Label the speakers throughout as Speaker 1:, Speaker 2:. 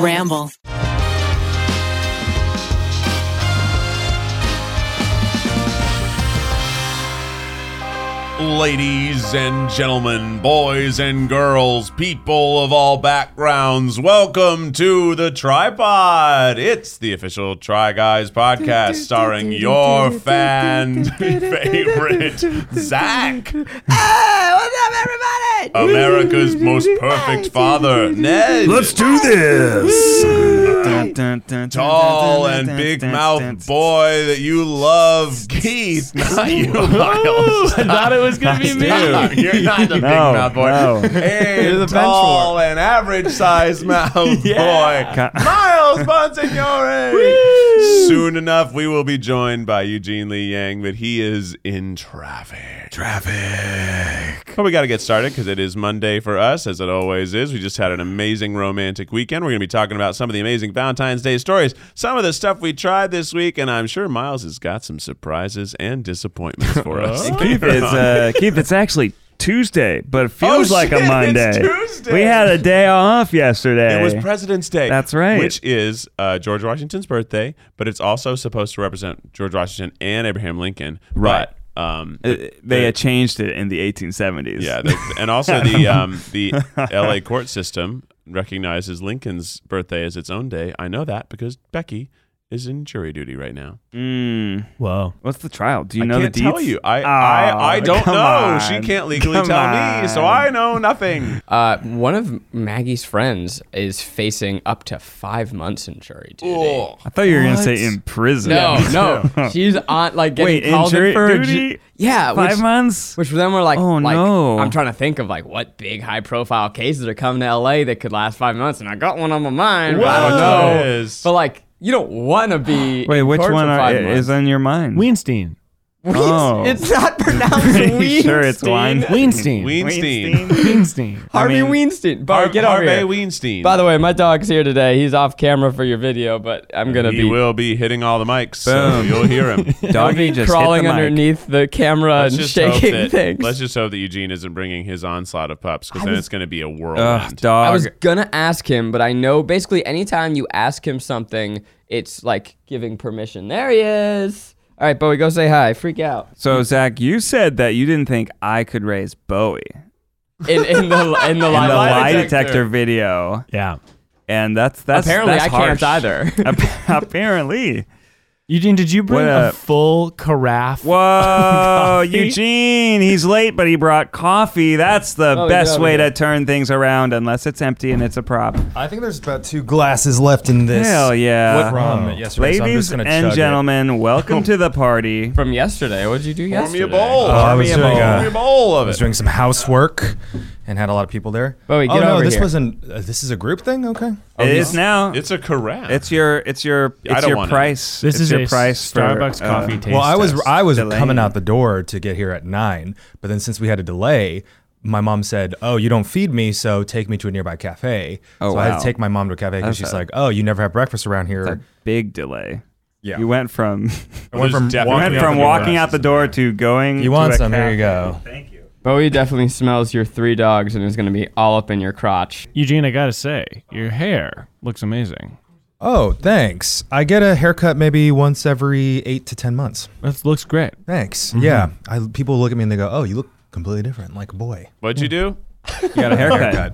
Speaker 1: Ramble.
Speaker 2: Ladies and gentlemen, boys and girls, people of all backgrounds, welcome to the tripod. It's the official Try Guys podcast starring your fan favorite, Zach,
Speaker 3: Hey, what's up, everybody?
Speaker 2: America's most perfect father, Ned.
Speaker 4: Let's do this.
Speaker 2: Tall and big mouth boy that you love, Keith, not you, Miles.
Speaker 5: I thought it was gonna be me.
Speaker 2: Stop. You're not the big
Speaker 4: No,
Speaker 2: mouth boy.
Speaker 4: no.
Speaker 2: And
Speaker 5: the bench
Speaker 2: tall and average size mouth
Speaker 4: Ca-
Speaker 2: boy. Miles Monsignore. Soon enough, we will be joined by Eugene Lee Yang, but he is in traffic. Traffic. But we got to get started because it is Monday for us, as it always is. We just had an amazing romantic weekend. We're going to be talking about some of the amazing Valentine's Day stories, some of the stuff we tried this week, and I'm sure Miles has got some surprises and disappointments for us.
Speaker 4: Keith,
Speaker 2: later
Speaker 4: it's,
Speaker 2: on.
Speaker 4: uh, Keith, it's actually Tuesday, but it feels
Speaker 2: Oh,
Speaker 4: like
Speaker 2: shit,
Speaker 4: a
Speaker 2: it's
Speaker 4: Monday.
Speaker 2: Tuesday.
Speaker 4: We had a day off yesterday.
Speaker 2: It was President's Day.
Speaker 4: That's right.
Speaker 2: Which is uh, George Washington's birthday, but it's also supposed to represent George Washington and Abraham Lincoln.
Speaker 4: Right.
Speaker 2: But, um,
Speaker 4: Uh, they had changed it in the 1870s.
Speaker 2: yeah, the- and also the um, the L.A. court system recognizes Lincoln's birthday as its own day. I know that because Becky is in jury duty right now.
Speaker 4: Mm.
Speaker 5: Wow.
Speaker 4: What's the trial? Do you
Speaker 2: I
Speaker 4: know
Speaker 2: can't
Speaker 4: the deets?
Speaker 2: tell you. I
Speaker 4: Oh,
Speaker 2: I, I don't
Speaker 4: come
Speaker 2: know.
Speaker 4: on.
Speaker 2: She can't legally
Speaker 4: Come
Speaker 2: tell me, so
Speaker 4: on.
Speaker 2: I know nothing.
Speaker 6: Uh, one of Maggie's friends is facing up to five months in jury duty.
Speaker 2: Ugh.
Speaker 4: I thought you were going to
Speaker 5: What?
Speaker 4: say in prison.
Speaker 6: No,
Speaker 4: Yeah, me too.
Speaker 6: no, she's on like getting
Speaker 4: Wait, in
Speaker 6: called
Speaker 4: jury
Speaker 6: for a ju-
Speaker 4: duty?
Speaker 6: yeah,
Speaker 4: Five
Speaker 6: which,
Speaker 4: months?
Speaker 6: Which then we're like,
Speaker 4: Oh,
Speaker 6: like,
Speaker 4: no.
Speaker 6: I'm trying to think of like what big high profile cases are coming to L.A. that could last five months, and I got one on my mind. But I don't
Speaker 2: Whoa.
Speaker 6: know.
Speaker 2: Yes.
Speaker 6: But like, you don't want to be.
Speaker 4: Wait,
Speaker 6: in
Speaker 4: which
Speaker 6: court
Speaker 4: one
Speaker 6: for
Speaker 4: are,
Speaker 6: five months.
Speaker 4: is on your mind?
Speaker 5: Weinstein.
Speaker 6: Weins-
Speaker 4: Oh.
Speaker 6: It's not pronounced
Speaker 4: Pretty
Speaker 6: Weinstein.
Speaker 4: sure it's wine.
Speaker 5: Weinstein.
Speaker 2: Weinstein.
Speaker 5: Weinstein.
Speaker 6: Harvey
Speaker 4: I mean-
Speaker 6: Weinstein. Bar,
Speaker 2: Har-
Speaker 6: get over
Speaker 2: Harvey
Speaker 6: here.
Speaker 2: Weinstein.
Speaker 6: By the way, my dog's here today. He's off camera for your video, but I'm gonna
Speaker 2: he
Speaker 6: be
Speaker 2: will be hitting all the mics, so
Speaker 4: Boom.
Speaker 2: you'll hear him.
Speaker 4: Doggy
Speaker 6: I'll be
Speaker 4: just hit the
Speaker 6: crawling
Speaker 4: mic.
Speaker 6: underneath the camera
Speaker 2: Let's
Speaker 6: and
Speaker 2: just hope
Speaker 6: shaking
Speaker 2: that-
Speaker 6: things.
Speaker 2: Let's just hope that Eugene isn't bringing his onslaught of pups, because then it's going to be a
Speaker 4: Ugh,
Speaker 2: whirlwind.
Speaker 4: dog.
Speaker 6: I was gonna ask him, but I know basically anytime you ask him something, it's like giving permission. There he is. All right, Bowie, go say hi. Freak out.
Speaker 4: So Zach, you said that you didn't think I could raise Bowie
Speaker 6: In, in the in the
Speaker 4: in
Speaker 6: lie,
Speaker 4: the
Speaker 2: lie
Speaker 4: lie
Speaker 2: detector.
Speaker 4: detector, video,
Speaker 5: Yeah.
Speaker 4: and that's that's
Speaker 6: Apparently,
Speaker 4: that's
Speaker 6: I
Speaker 4: harsh.
Speaker 6: can't either.
Speaker 4: Ap- Apparently,
Speaker 5: Eugene, did you bring
Speaker 4: What
Speaker 5: a
Speaker 4: up?
Speaker 5: full carafe?
Speaker 4: whoa,
Speaker 5: Coffee?
Speaker 4: Eugene, he's late, but he brought coffee. That's the
Speaker 6: Oh,
Speaker 4: best
Speaker 6: yeah,
Speaker 4: way
Speaker 6: yeah.
Speaker 4: to turn things around, unless it's empty and it's a prop.
Speaker 7: I think there's about two glasses left in this.
Speaker 4: Hell yeah,
Speaker 7: What rum yesterday? so I'm
Speaker 4: ladies
Speaker 7: just gonna
Speaker 4: and
Speaker 7: chug it.
Speaker 4: gentlemen, welcome to the party.
Speaker 6: From yesterday, what did you do
Speaker 2: Pour me
Speaker 6: yesterday?
Speaker 2: a bowl.
Speaker 7: Oh, I
Speaker 2: Pour
Speaker 7: was
Speaker 2: me a
Speaker 7: doing,
Speaker 2: bowl.
Speaker 7: uh,
Speaker 2: Pour me a bowl
Speaker 7: I
Speaker 2: of
Speaker 7: was
Speaker 2: it.
Speaker 7: doing some housework and had a lot of people there.
Speaker 6: But wait,
Speaker 7: oh
Speaker 6: get
Speaker 7: no,
Speaker 6: over
Speaker 7: this
Speaker 6: here.
Speaker 7: wasn't. Uh, this is a group thing. Okay.
Speaker 4: It is now. It's,
Speaker 2: It's a corral.
Speaker 4: your it's your
Speaker 2: I
Speaker 4: it's
Speaker 2: don't
Speaker 4: your
Speaker 2: want it.
Speaker 4: price.
Speaker 5: This
Speaker 4: It's
Speaker 5: is
Speaker 4: your
Speaker 5: a
Speaker 4: price for,
Speaker 5: Starbucks
Speaker 4: uh,
Speaker 5: coffee taste.
Speaker 7: well, I was
Speaker 5: test.
Speaker 7: I was
Speaker 4: Delaying.
Speaker 7: coming out the door to get here at nine, but then since we had a delay, my mom said, "Oh, you don't feed me, so take me to a nearby cafe."
Speaker 4: Oh,
Speaker 7: so I had
Speaker 4: wow.
Speaker 7: to take my mom to a cafe because
Speaker 4: That's
Speaker 7: she's
Speaker 4: a-
Speaker 7: like, "Oh, you never have breakfast around
Speaker 4: It's
Speaker 7: here."
Speaker 4: a big delay.
Speaker 7: Yeah.
Speaker 4: You went from
Speaker 7: I
Speaker 2: There's
Speaker 7: went
Speaker 2: definitely-
Speaker 7: from
Speaker 4: You
Speaker 7: walking
Speaker 4: went
Speaker 7: out
Speaker 4: from
Speaker 7: the door-
Speaker 4: walking out the door to going.
Speaker 7: You
Speaker 4: to
Speaker 7: want
Speaker 4: a
Speaker 7: some? Here
Speaker 4: cafe.
Speaker 7: you go.
Speaker 4: Thank you.
Speaker 6: Bowie definitely smells your three dogs and is gonna be all up in your crotch.
Speaker 5: Eugene, I gotta say, your hair looks amazing.
Speaker 7: Oh, thanks. I get a haircut maybe once every eight to ten months.
Speaker 5: That looks great.
Speaker 4: Mm-hmm.
Speaker 7: Thanks. Yeah. I, people look at me and they go, "Oh, you look completely different, like a boy."
Speaker 2: What'd you do?
Speaker 4: You got a haircut.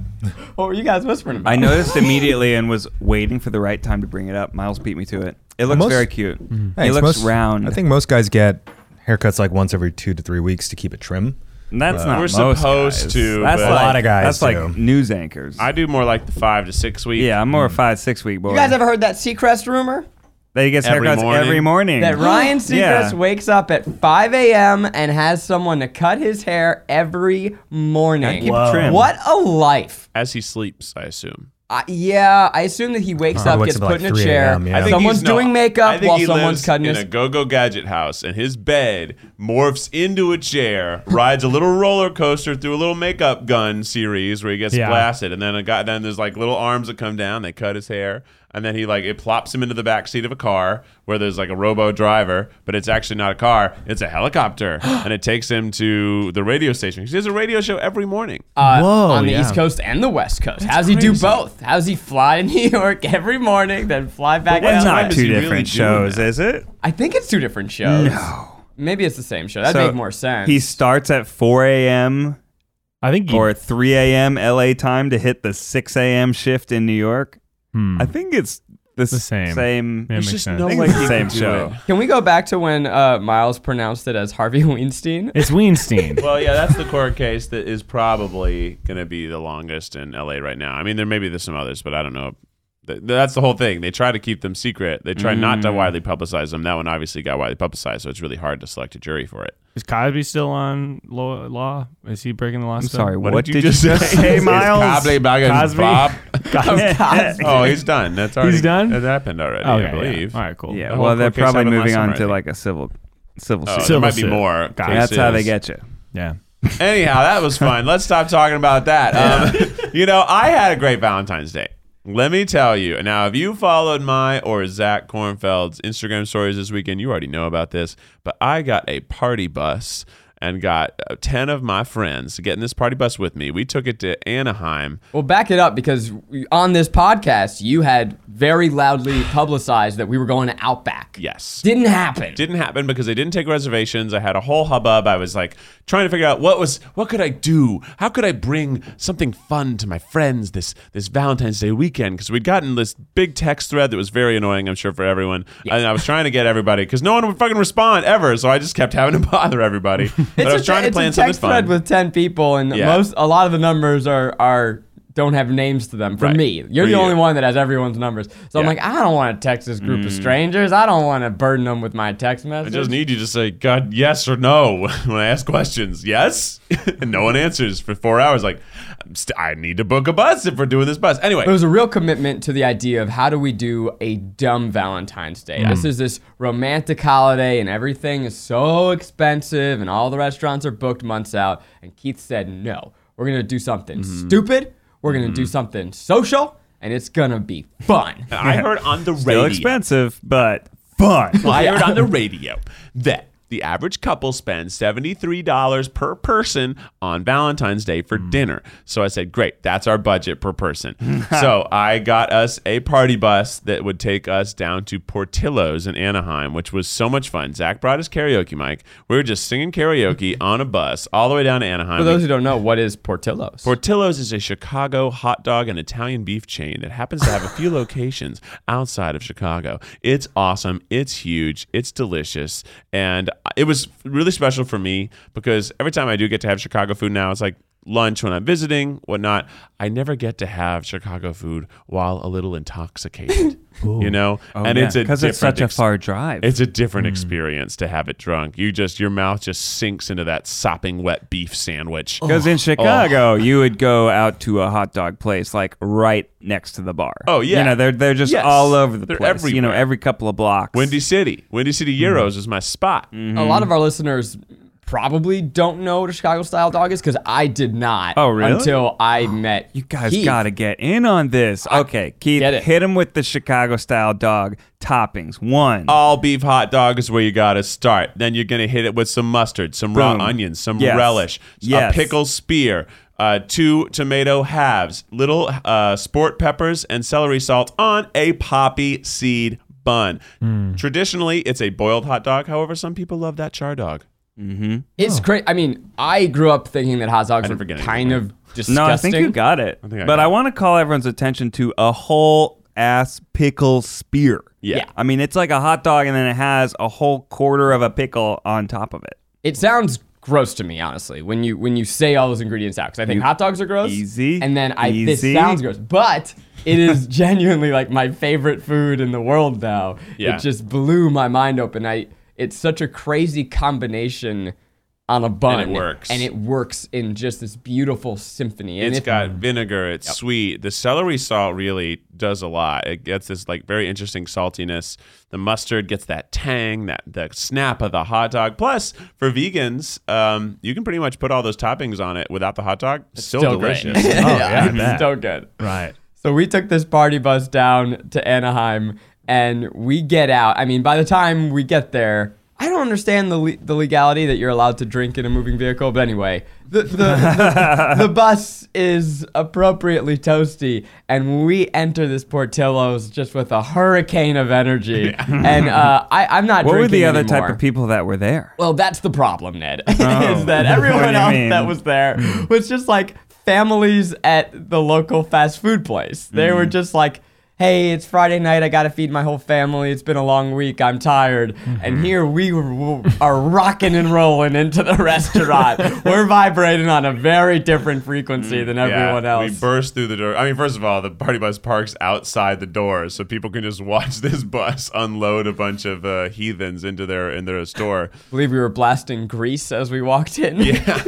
Speaker 6: What were you guys whispering about?
Speaker 4: I noticed immediately and was waiting for the right time to bring it up. Miles beat me to it. It looks
Speaker 7: Most- Mm-hmm.
Speaker 4: very cute. It
Speaker 7: Thanks.
Speaker 4: looks
Speaker 7: Most-
Speaker 4: round.
Speaker 7: I think most guys get haircuts like once every two to three weeks to keep it trim.
Speaker 4: And that's
Speaker 7: uh,
Speaker 4: not
Speaker 2: We're
Speaker 4: most
Speaker 2: supposed
Speaker 4: guys.
Speaker 2: to,
Speaker 4: That's
Speaker 2: but-
Speaker 4: like,
Speaker 2: A
Speaker 7: lot of guys
Speaker 4: That's like
Speaker 7: do.
Speaker 4: news anchors.
Speaker 2: I do more like the five to six week.
Speaker 4: yeah, I'm more a five six week boy.
Speaker 6: You guys ever heard that Seacrest rumor?
Speaker 4: They get
Speaker 2: Every
Speaker 4: haircuts
Speaker 2: morning?
Speaker 4: every morning.
Speaker 6: That Ryan
Speaker 4: Mm-hmm. Yeah.
Speaker 6: Seacrest wakes up at 5 a.m. and has someone to cut his hair every morning.
Speaker 4: keep it Whoa. trim.
Speaker 6: What a life!
Speaker 2: As he sleeps, I assume.
Speaker 6: I yeah, I assume that he wakes
Speaker 7: Huh.
Speaker 6: up,
Speaker 7: Wakes
Speaker 6: gets
Speaker 7: up at
Speaker 6: put
Speaker 7: like
Speaker 6: in a
Speaker 7: 3
Speaker 6: chair.
Speaker 7: a.m., yeah. I think
Speaker 6: Someone's
Speaker 2: he's- no,
Speaker 6: doing
Speaker 2: I
Speaker 6: makeup
Speaker 2: think
Speaker 6: while
Speaker 2: he
Speaker 6: someone's
Speaker 2: lives
Speaker 6: cutting
Speaker 2: in
Speaker 6: his.
Speaker 2: a go-go gadget house, and his bed morphs into a chair, rides a little roller coaster through a little makeup gun series where he gets
Speaker 5: Yeah.
Speaker 2: blasted, and then a guy, then there's like little arms that come down, they cut his hair, and then he like it plops him into the back seat of a car where there's like a robo driver, but it's actually not a car, it's a helicopter, and it takes him to the radio station because he has a radio show every morning.
Speaker 6: uh,
Speaker 7: Whoa,
Speaker 6: on the
Speaker 7: yeah.
Speaker 6: East Coast and the West Coast. How's he do both? How's he fly to New York every morning, then fly back
Speaker 4: It's
Speaker 6: out?
Speaker 2: time
Speaker 4: not
Speaker 2: is
Speaker 4: two
Speaker 2: he really
Speaker 4: different
Speaker 2: doing
Speaker 4: shows,
Speaker 2: that?
Speaker 4: is it?
Speaker 6: I think it's two different shows. Maybe it's the same show. That'd
Speaker 4: So
Speaker 6: make more sense.
Speaker 4: He starts at 4 a.m.
Speaker 5: I think you,
Speaker 4: or 3 a.m. LA time to hit the 6 a.m. shift in New York.
Speaker 5: hmm.
Speaker 4: I think it's the,
Speaker 5: The same.
Speaker 4: Same.
Speaker 5: Yeah, it
Speaker 2: There's
Speaker 5: makes
Speaker 2: just
Speaker 5: sense.
Speaker 2: no
Speaker 4: I
Speaker 2: way
Speaker 4: think
Speaker 2: he
Speaker 4: it's the
Speaker 2: can
Speaker 4: same
Speaker 2: do
Speaker 4: show.
Speaker 2: it.
Speaker 6: Can we go back to when uh, Miles pronounced it as Harvey Weinstein?
Speaker 5: it's Weinstein.
Speaker 2: Well, yeah, that's the court case that is probably going to be the longest in LA right now. I mean, there may be there's some others, but I don't know. Th- That's the whole thing. They try to keep them secret. They try not
Speaker 4: Mm.
Speaker 2: to widely publicize them. That one obviously got widely publicized, so it's really hard to select a jury for it.
Speaker 5: Is Cosby still on law? law? Is he breaking the law?
Speaker 4: I'm
Speaker 5: still?
Speaker 4: sorry. What, did,
Speaker 2: It's
Speaker 4: say, Miles?
Speaker 2: Cobbly Buggins
Speaker 5: Cosby?
Speaker 2: Bob.
Speaker 6: Cosby.
Speaker 2: Oh, he's done. That's already
Speaker 5: done?
Speaker 2: That happened already,
Speaker 5: Okay,
Speaker 2: I believe.
Speaker 5: Oh, Yeah. All right, cool.
Speaker 4: Yeah,
Speaker 2: The whole
Speaker 4: well, they're
Speaker 2: court case
Speaker 4: probably
Speaker 2: happened last
Speaker 4: moving
Speaker 2: summer,
Speaker 4: on
Speaker 2: I
Speaker 4: to
Speaker 2: think.
Speaker 4: like a civil civil
Speaker 2: Oh,
Speaker 4: suit.
Speaker 2: there
Speaker 5: Civil
Speaker 2: might be
Speaker 5: suit.
Speaker 2: more.
Speaker 5: Got it.
Speaker 4: That's how they
Speaker 2: cases.
Speaker 4: get you.
Speaker 5: Yeah.
Speaker 2: Anyhow, that was fun. Let's stop talking about that. Um, you know, I had a great Valentine's Day. Let me tell you. Now, if you followed my or Zach Kornfeld's Instagram stories this weekend, you already know about this, but I got a party bus and got uh, 10 of my friends getting this party bus with me. We took it to Anaheim.
Speaker 6: Well, back it up because we- on this podcast, you had very loudly publicized that we were going to Outback.
Speaker 2: Yes.
Speaker 6: Didn't happen.
Speaker 2: didn't happen because they didn't take reservations. I had a whole hubbub. I was like trying to figure out what was what could I do? How could I bring something fun to my friends this this Valentine's Day weekend? Because we'd gotten this big text thread that was very annoying, I'm sure for everyone. And I was trying to get everybody because no one would fucking respond ever. So I just kept having to bother everybody. but I was trying
Speaker 6: te-
Speaker 2: to plan
Speaker 6: it's a text
Speaker 2: something
Speaker 6: thread
Speaker 2: fun.
Speaker 6: with 10 people, and
Speaker 2: Yeah.
Speaker 6: most a lot of the numbers are are don't have names to them for
Speaker 2: Right.
Speaker 6: me. You're
Speaker 2: For you.
Speaker 6: the only one that has everyone's numbers. So I'm
Speaker 2: Yeah. Mm.
Speaker 6: like, I don't want to text this group of strangers. I don't want to burden them with my text
Speaker 2: I
Speaker 6: message.
Speaker 2: just need you to say God yes or no when I ask questions. Yes, and no one answers for four hours. Like, I'm st- I need to book a bus if we're doing this bus anyway.
Speaker 6: But it was a real commitment to the idea of how do we do a dumb Valentine's Day. This
Speaker 4: Mm.
Speaker 6: is this romantic holiday, and everything is so expensive, and all the restaurants are booked months out. And Keith said, "No, we're gonna do something
Speaker 4: Mm-hmm.
Speaker 6: stupid. We're gonna do something social, and it's gonna be fun."
Speaker 2: I heard on the
Speaker 4: Still
Speaker 2: radio.
Speaker 4: expensive, but fun.
Speaker 2: Well, I heard on the radio that the average couple spends $73 per person on Valentine's Day for dinner. So I said, great, that's our budget per person. so I got us a party bus that would take us down to Portillo's in Anaheim, which was so much fun. Zach brought his karaoke mic. We were just singing karaoke on a bus all the way down to Anaheim.
Speaker 6: For those who don't know, what is Portillo's?
Speaker 2: Portillo's is a Chicago hot dog and Italian beef chain that happens to have a few locations outside of Chicago. It's awesome. It's huge. It's delicious. And it was really special for me because every time I do get to have Chicago food now, it's like lunch when I'm visiting, whatnot. I never get to have Chicago food while a little intoxicated. you know?
Speaker 5: Oh,
Speaker 2: and it's a
Speaker 4: because Oh, it's
Speaker 2: different
Speaker 4: such a
Speaker 2: ex-
Speaker 4: far Mm. drive.
Speaker 2: it's a different experience to have it drunk. You just your mouth just sinks into that sopping wet beef sandwich.
Speaker 4: because in Chicago,
Speaker 2: Oh.
Speaker 4: you would go out to a hot dog place like right next to the bar.
Speaker 2: Oh, yeah.
Speaker 4: you know they're they're just
Speaker 2: Yes.
Speaker 4: all over the
Speaker 2: They're
Speaker 4: place. You know,
Speaker 2: everywhere.
Speaker 4: every couple of blocks.
Speaker 2: Windy City. Windy
Speaker 4: Hmm.
Speaker 2: City Euros is my spot.
Speaker 6: A lot
Speaker 4: Mm-hmm.
Speaker 6: of our listeners probably don't know what a Chicago style dog is because I did not.
Speaker 4: Oh, really?
Speaker 6: Until I met
Speaker 4: You guys
Speaker 6: Keith.
Speaker 4: got to get in on this. Okay, Keith,
Speaker 6: Get it.
Speaker 4: hit him with the Chicago style dog toppings. One.
Speaker 2: All beef hot dog is where you gotta start. Then you're gonna hit it with some mustard, some
Speaker 4: Boom.
Speaker 2: raw onions, some
Speaker 4: Yes.
Speaker 2: relish, a
Speaker 4: Yes.
Speaker 2: pickle spear, uh, two tomato halves, little uh, sport peppers, and celery salt on a poppy seed bun.
Speaker 4: Hmm.
Speaker 2: Traditionally, it's a boiled hot dog. However, some people love that char dog.
Speaker 6: It's great. I mean, I grew up thinking that hot dogs
Speaker 2: didn't
Speaker 6: were
Speaker 2: forget
Speaker 6: kind
Speaker 2: anything.
Speaker 6: of disgusting.
Speaker 4: No, I think you got it.
Speaker 2: think I
Speaker 4: but
Speaker 2: got
Speaker 4: I
Speaker 2: it.
Speaker 4: want to call everyone's attention to a whole ass pickle spear.
Speaker 2: Yeah.
Speaker 4: I mean, it's like a hot dog and then it has a whole quarter of a pickle on top of it.
Speaker 6: It sounds gross to me, honestly, when you when you say all those ingredients out. Because I think hot dogs are gross.
Speaker 4: Easy,
Speaker 6: And then I
Speaker 4: easy.
Speaker 6: this sounds gross, but it is genuinely like my favorite food in the world now.
Speaker 2: Yeah.
Speaker 6: It just blew my mind open. I it's such a crazy combination on a bun,
Speaker 2: works.
Speaker 6: and it works in just this beautiful symphony. And
Speaker 2: It's
Speaker 6: it-
Speaker 2: got vinegar. It's sweet. The celery salt really does a lot. It gets this like very interesting saltiness. The mustard gets that tang, that the snap of the hot dog. Plus, for vegans, um, you can pretty much put all those toppings on it without the hot dog. still,
Speaker 6: still great.
Speaker 2: delicious.
Speaker 4: Oh,
Speaker 6: yeah,
Speaker 5: bet.
Speaker 6: it's so good.
Speaker 5: Right.
Speaker 6: So we took this party bus down to Anaheim and we get out. I mean, by the time we get there, I don't understand the le- the legality that you're allowed to drink in a moving vehicle, but anyway, the the, the, the bus is appropriately toasty, and we enter this Portillo's just with a hurricane of energy. And uh, I, I'm not.
Speaker 4: What were
Speaker 6: drinking
Speaker 4: the other type
Speaker 6: anymore.
Speaker 4: of people that were there?
Speaker 6: Well, that's the problem, Ned.
Speaker 4: Oh.
Speaker 6: is that
Speaker 4: What do
Speaker 6: everyone
Speaker 4: you
Speaker 6: else
Speaker 4: mean?
Speaker 6: that was there was just like families at the local fast food place. They
Speaker 4: Mm.
Speaker 6: were just like, "Hey, it's Friday night. I gotta feed my whole family. It's been a long week. I'm tired."
Speaker 4: Mm-hmm.
Speaker 6: And here we w- are rocking and rolling into the restaurant. we're vibrating on a very different frequency
Speaker 4: Mm,
Speaker 6: than everyone
Speaker 2: Yeah,
Speaker 6: else.
Speaker 2: We burst through the door. I mean, first of all, the party bus parks outside the door, so people can just watch this bus unload a bunch of uh, heathens into their in their store.
Speaker 6: I believe we were blasting grease as we walked in.
Speaker 2: Yeah.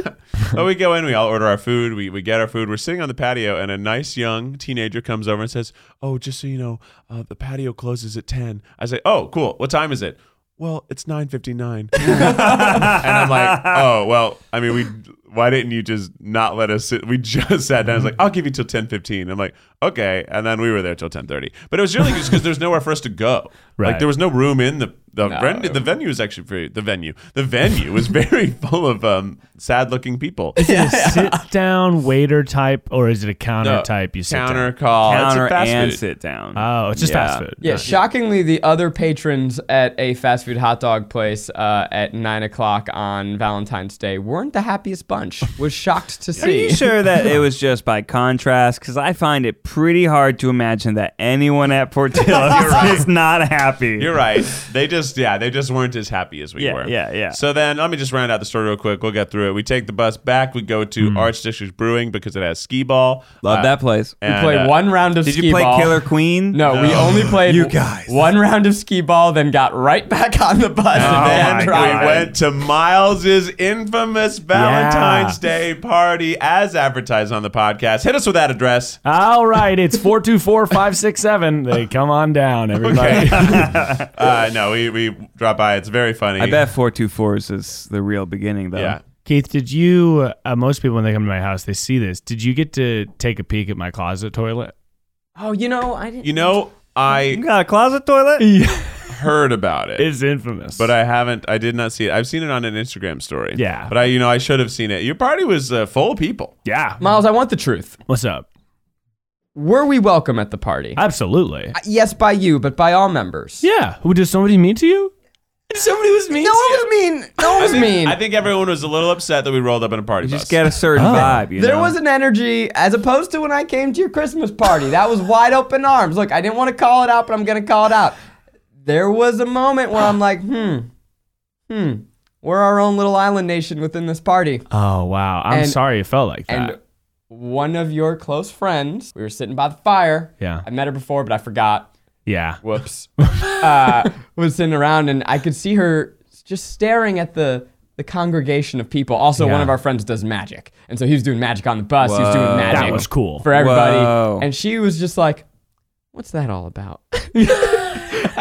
Speaker 2: but we go in, we all order our food, we, we get our food. We're sitting on the patio, and a nice young teenager comes over and says, Oh, just so you know, uh, the patio closes at 10. I say, Oh, cool. What time is it? Well, it's 9.59. and I'm like, Oh, well, I mean, we. Why didn't you just not let us sit? We just sat down. I was like, I'll give you till 10.15. I'm like, okay. And then we were there till 10.30. But it was really just because there's nowhere for us to go. Like,
Speaker 7: Right.
Speaker 2: there was no room in the, the,
Speaker 6: No.
Speaker 2: ren- the venue is actually pretty, the venue. The venue was very full of um, sad looking people. It's
Speaker 1: Is it a sit down waiter type or is it a counter type? You sit
Speaker 2: counter call.
Speaker 4: Counter
Speaker 2: it's a fast
Speaker 4: and
Speaker 2: food.
Speaker 4: sit down.
Speaker 1: Down? Oh, it's just
Speaker 4: Yeah.
Speaker 1: fast food.
Speaker 6: Uh, Yeah, shockingly, the other patrons at a fast food hot dog place uh, at nine o'clock on Valentine's Day weren't the happiest bunch. Was shocked to
Speaker 4: Are you
Speaker 6: see.
Speaker 4: sure that it was just by contrast? Because I find it pretty hard to imagine that anyone at Portillo's is not happy.
Speaker 2: You're right. They just yeah, they just weren't as happy as we
Speaker 4: Yeah,
Speaker 2: were.
Speaker 4: yeah, yeah.
Speaker 2: So then let me just round out the story real quick. We'll get through it. We take the bus back. We go to Archdistrict Brewing because it has skee ball.
Speaker 4: Mm. Love that place.
Speaker 6: We
Speaker 2: and,
Speaker 6: played
Speaker 2: uh,
Speaker 6: one round of
Speaker 4: Did
Speaker 6: skee
Speaker 4: you play
Speaker 6: ball.
Speaker 4: Killer Queen?
Speaker 6: No, we
Speaker 2: No.
Speaker 6: only played
Speaker 7: You guys.
Speaker 6: one round of skee ball, then got right back on the bus
Speaker 2: And
Speaker 6: and then
Speaker 2: then
Speaker 6: tried.
Speaker 2: we went to Miles's infamous Valentine's Day party as advertised on the podcast. Hit us with that address.
Speaker 1: All right, it's 424-567. They come on down, everybody.
Speaker 2: Okay. uh, no, we, we drop by. It's very funny.
Speaker 4: I bet 424s is the real beginning, though.
Speaker 2: Yeah.
Speaker 1: Keith, did you uh, most people when they come to my house, they see this. Did you get to take a peek at my closet toilet?
Speaker 6: Oh, you know, I didn't.
Speaker 2: You know, I
Speaker 4: You got a closet toilet?
Speaker 2: heard about it.
Speaker 1: It's infamous.
Speaker 2: But I haven't. I did not see it. I've seen it on an Instagram story.
Speaker 1: Yeah.
Speaker 2: But I, you know, I should have seen it. Your party was uh, full of people.
Speaker 1: yeah.
Speaker 6: Miles, I want the truth.
Speaker 1: What's up?
Speaker 6: Were we welcome at the party?
Speaker 1: Absolutely.
Speaker 6: Uh, yes, by you, but by all members.
Speaker 1: yeah. Who does somebody mean to you?
Speaker 6: somebody was mean. No one was mean. No one was mean.
Speaker 2: I think everyone was a little upset that we rolled up in a party
Speaker 4: You
Speaker 2: bus.
Speaker 4: just get a certain vibe. You
Speaker 6: There
Speaker 4: know?
Speaker 6: was an energy as opposed to when I came to your Christmas party. That was wide open arms. Look, I didn't want to call it out, but I'm going to call it out. There was a moment where I'm like, hmm, hmm, we're our own little island nation within this party.
Speaker 4: Uh,
Speaker 1: Oh wow. I'm
Speaker 6: And-
Speaker 1: sorry it felt like that.
Speaker 6: And one of your close friends, we were sitting by the fire.
Speaker 1: Yeah.
Speaker 6: I met her before, but I forgot.
Speaker 1: yeah.
Speaker 6: Whoops. uh, was sitting around and I could see her just staring at the the congregation of people. Also, one
Speaker 1: Yeah.
Speaker 6: of our friends does magic. And so he was doing magic on the bus. He was doing
Speaker 4: Whoa. That
Speaker 6: magic
Speaker 1: That was cool.
Speaker 6: for everybody.
Speaker 4: Whoa.
Speaker 6: And she was just like, "What's that all about?"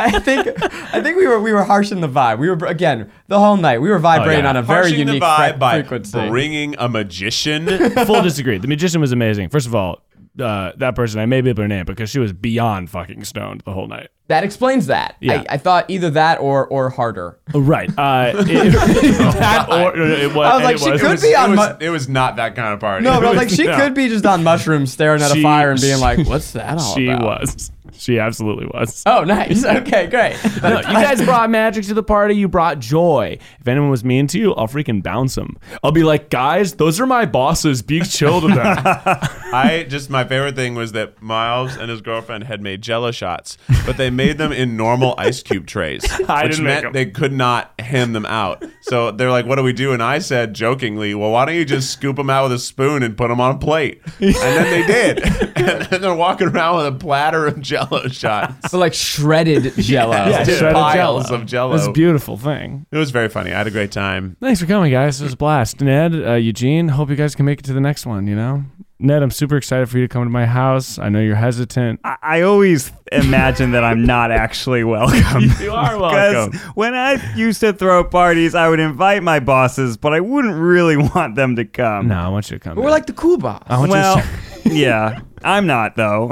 Speaker 6: I think I think we were we were harsh in the vibe. We were again the whole night. We were vibrating
Speaker 1: yeah.
Speaker 6: on a very
Speaker 2: Harshing
Speaker 6: unique
Speaker 2: the vibe
Speaker 6: fre-
Speaker 2: by
Speaker 6: frequency.
Speaker 2: bringing a magician.
Speaker 1: Full disagree. The magician was amazing. First of all, uh, that person I may be able to name because she was beyond fucking stoned the whole night.
Speaker 6: that explains that.
Speaker 1: Yeah.
Speaker 6: I, I thought either that or or harder.
Speaker 1: Oh, right. Uh, it, that or, it was,
Speaker 6: I was like,
Speaker 1: it
Speaker 6: she
Speaker 1: was,
Speaker 6: could
Speaker 2: it, was,
Speaker 6: be
Speaker 2: it,
Speaker 6: on
Speaker 2: was,
Speaker 6: my-
Speaker 2: it was not that kind of party.
Speaker 6: No, but I was like, she
Speaker 1: Yeah.
Speaker 6: could be just on mushrooms, staring at
Speaker 1: She-
Speaker 6: a fire and being
Speaker 1: she-
Speaker 6: like, "What's that all
Speaker 1: She
Speaker 6: about?"
Speaker 1: was. She absolutely was.
Speaker 6: Oh, nice. Okay, great.
Speaker 1: No, you guys brought magic to the party. You brought joy. If anyone was mean to you, I'll freaking bounce them. I'll be like, guys, those are my bosses. Be chill to them.
Speaker 2: I just my favorite thing was that Miles and his girlfriend had made Jello shots, but they made them in normal ice cube trays,
Speaker 1: I
Speaker 2: which
Speaker 1: didn't make
Speaker 2: meant
Speaker 1: them.
Speaker 2: they could not hand them out. So they're like, "What do we do?" And I said jokingly, "Well, why don't you just scoop them out with a spoon and put them on a plate?" And then they did, and then they're walking around with a platter of Jello shots,
Speaker 6: So like shredded jello.
Speaker 1: yeah,
Speaker 2: Just
Speaker 1: shredded
Speaker 2: piles
Speaker 1: Jell-O.
Speaker 2: of Jello.
Speaker 1: That's a beautiful thing.
Speaker 2: It was very funny. I had a great time.
Speaker 1: Thanks for coming, guys. It was a blast. Ned, uh, Eugene, hope you guys can make it to the next one, you know? Ned, I'm super excited for you to come to my house. I know you're hesitant.
Speaker 6: Ah,
Speaker 4: I- I always imagine that I'm not actually welcome.
Speaker 1: You are
Speaker 4: Because
Speaker 1: welcome.
Speaker 4: when I used to throw parties, I would invite my bosses, but I wouldn't really want them to come.
Speaker 1: No, I want you to come.
Speaker 6: We're like the cool boss.
Speaker 1: I want
Speaker 4: Well,
Speaker 1: you to-
Speaker 4: yeah, I'm not though.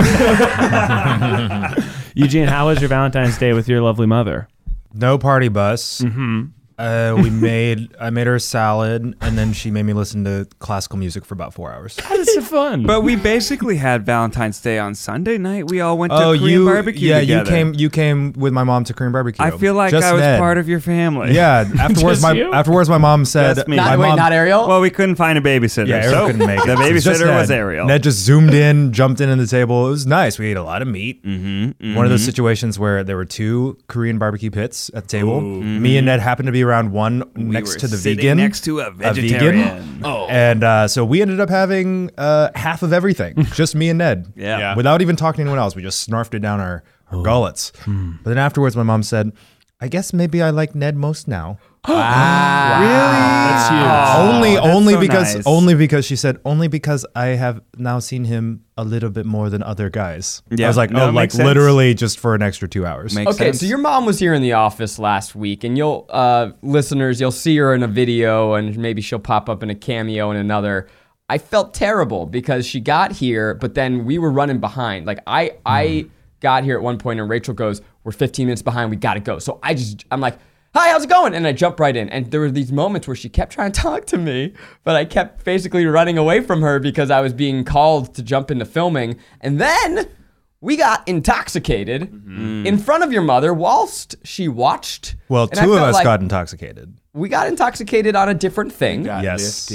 Speaker 1: Eugene, how was your Valentine's Day with your lovely mother?
Speaker 4: Mm-hmm.
Speaker 7: No party bus. Uh, we made I made her a salad, and then she made me listen to classical music for about four hours.
Speaker 1: This is fun.
Speaker 4: But we basically had Valentine's Day on Sunday night. We all went to Korean
Speaker 7: Oh, you
Speaker 4: barbecue
Speaker 7: yeah
Speaker 4: together.
Speaker 7: you came you came with my mom to Korean barbecue.
Speaker 4: I feel like
Speaker 7: Just
Speaker 4: I was
Speaker 7: Ned.
Speaker 4: part of your family.
Speaker 7: Yeah. Afterwards,
Speaker 1: Just
Speaker 7: my
Speaker 1: you?
Speaker 7: afterwards my mom said
Speaker 4: Just me.
Speaker 7: my
Speaker 6: Not, wait,
Speaker 7: mom-
Speaker 6: not Ariel?
Speaker 4: Well, we couldn't find a babysitter.
Speaker 7: Yeah, Ariel
Speaker 4: so
Speaker 7: couldn't make it.
Speaker 4: The
Speaker 7: It was just
Speaker 4: babysitter was
Speaker 7: Ned.
Speaker 4: Ariel.
Speaker 7: Ned just zoomed in, jumped in at the table. It was nice. We ate a lot of meat.
Speaker 4: Mm-hmm,
Speaker 7: One of those situations where there were two Korean barbecue pits at the table. Me and Ned happened to be around one next
Speaker 4: Mm-hmm. were
Speaker 7: to the
Speaker 4: sitting
Speaker 7: vegan,
Speaker 4: next to a vegetarian.
Speaker 7: Oh, and uh, so we ended up having uh, half of everything, just me and Ned.
Speaker 4: Yeah. Yeah.
Speaker 7: without even talking to anyone else, we just snarfed it down our, our gullets. But then afterwards, my mom said, "I guess maybe I like Ned most now."
Speaker 1: That's huge.
Speaker 4: Ah,
Speaker 7: only
Speaker 4: that's
Speaker 7: only
Speaker 4: so
Speaker 7: because
Speaker 4: nice.
Speaker 7: only because she said only because I have now seen him a little bit more than other guys. I
Speaker 4: Yeah.
Speaker 7: was like,
Speaker 4: No,
Speaker 7: oh,
Speaker 4: it
Speaker 7: like
Speaker 4: makes sense.
Speaker 7: literally just for an extra two hours.
Speaker 4: Makes
Speaker 6: Okay,
Speaker 4: sense.
Speaker 6: so your mom was here in the office last week, and you'll, uh, listeners, you'll see her in a video, and maybe she'll pop up in a cameo in another. I felt terrible because she got here, but then we were running behind. Like I, I got here at one point, and Rachel goes, "We're 15 minutes behind. We gotta go." So I just, I'm like. Hi, how's it going? And I jumped right in. And there were these moments where she kept trying to talk to me, but I kept basically running away from her because I was being called to jump into filming. And then we got intoxicated in front of your mother whilst she watched.
Speaker 7: Well,
Speaker 6: And I
Speaker 7: two of
Speaker 6: felt
Speaker 7: us
Speaker 6: like
Speaker 7: got intoxicated.
Speaker 6: We got intoxicated on a different thing.
Speaker 7: Yes.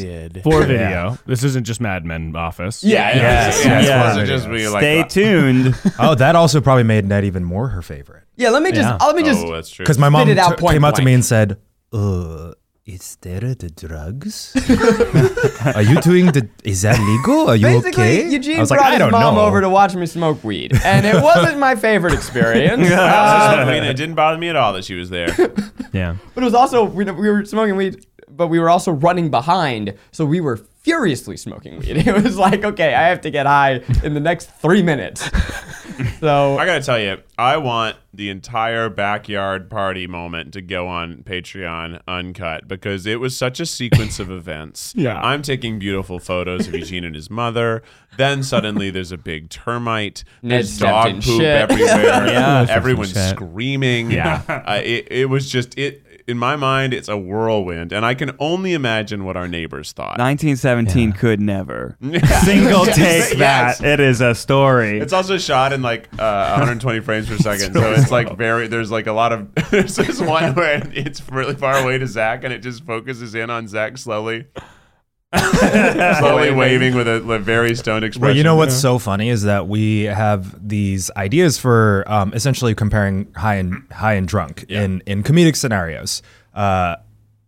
Speaker 1: For video. This isn't just Mad Men office.
Speaker 6: Yeah,
Speaker 2: Yes.
Speaker 7: Yes.
Speaker 2: Yeah.
Speaker 7: Yes.
Speaker 2: So just be like,
Speaker 4: Stay
Speaker 2: uh,
Speaker 4: tuned.
Speaker 7: oh, that also probably made Ned even more her favorite
Speaker 6: Yeah, let me just. Let me just.
Speaker 2: Oh, that's true.
Speaker 7: because my mom
Speaker 6: it out
Speaker 7: t-
Speaker 6: point
Speaker 7: came up to
Speaker 6: blank.
Speaker 7: me and said, "Uh, is there the drugs? Are you doing the? Is that legal? Are you
Speaker 6: Basically,
Speaker 7: okay?"
Speaker 6: Eugene
Speaker 7: I was like,
Speaker 6: brought
Speaker 7: I
Speaker 6: his
Speaker 7: don't
Speaker 6: mom
Speaker 7: know.
Speaker 6: over to watch me smoke weed, and it wasn't my favorite experience. Uh,
Speaker 2: I mean, it didn't bother me at all that she was there.
Speaker 1: Yeah.
Speaker 6: but it was also we, we were smoking weed, but we were also running behind, so we were furiously smoking weed. It was like, okay, I have to get high in the next three minutes. So
Speaker 2: I gotta tell you, I want the entire backyard party moment to go on Patreon uncut because it was such a sequence of events.
Speaker 1: Yeah.
Speaker 2: I'm taking beautiful photos of Eugene and his mother. Then suddenly there's a big termite.
Speaker 6: Ned
Speaker 2: There's
Speaker 6: stepped in
Speaker 2: dog poop
Speaker 6: shit.
Speaker 2: everywhere.
Speaker 1: Yeah.
Speaker 2: Everyone's
Speaker 1: Shit.
Speaker 2: screaming.
Speaker 1: Yeah.
Speaker 2: Uh, it, it was just it. In my mind, it's a whirlwind, and I can only imagine what our neighbors thought.
Speaker 4: 1917 could never. Single
Speaker 2: Yes,
Speaker 4: take
Speaker 2: yes.
Speaker 4: that. It is a story.
Speaker 2: It's also shot in like uh, 120 frames per second, so it's like very. There's like a lot of. There's this one where it's really far away to Zach, and it just focuses in on Zach slowly, slowly waving with a, a very stoned expression.
Speaker 7: Well, you know what's so funny is that we have these ideas for um, essentially comparing high and high and drunk in in comedic scenarios. Uh,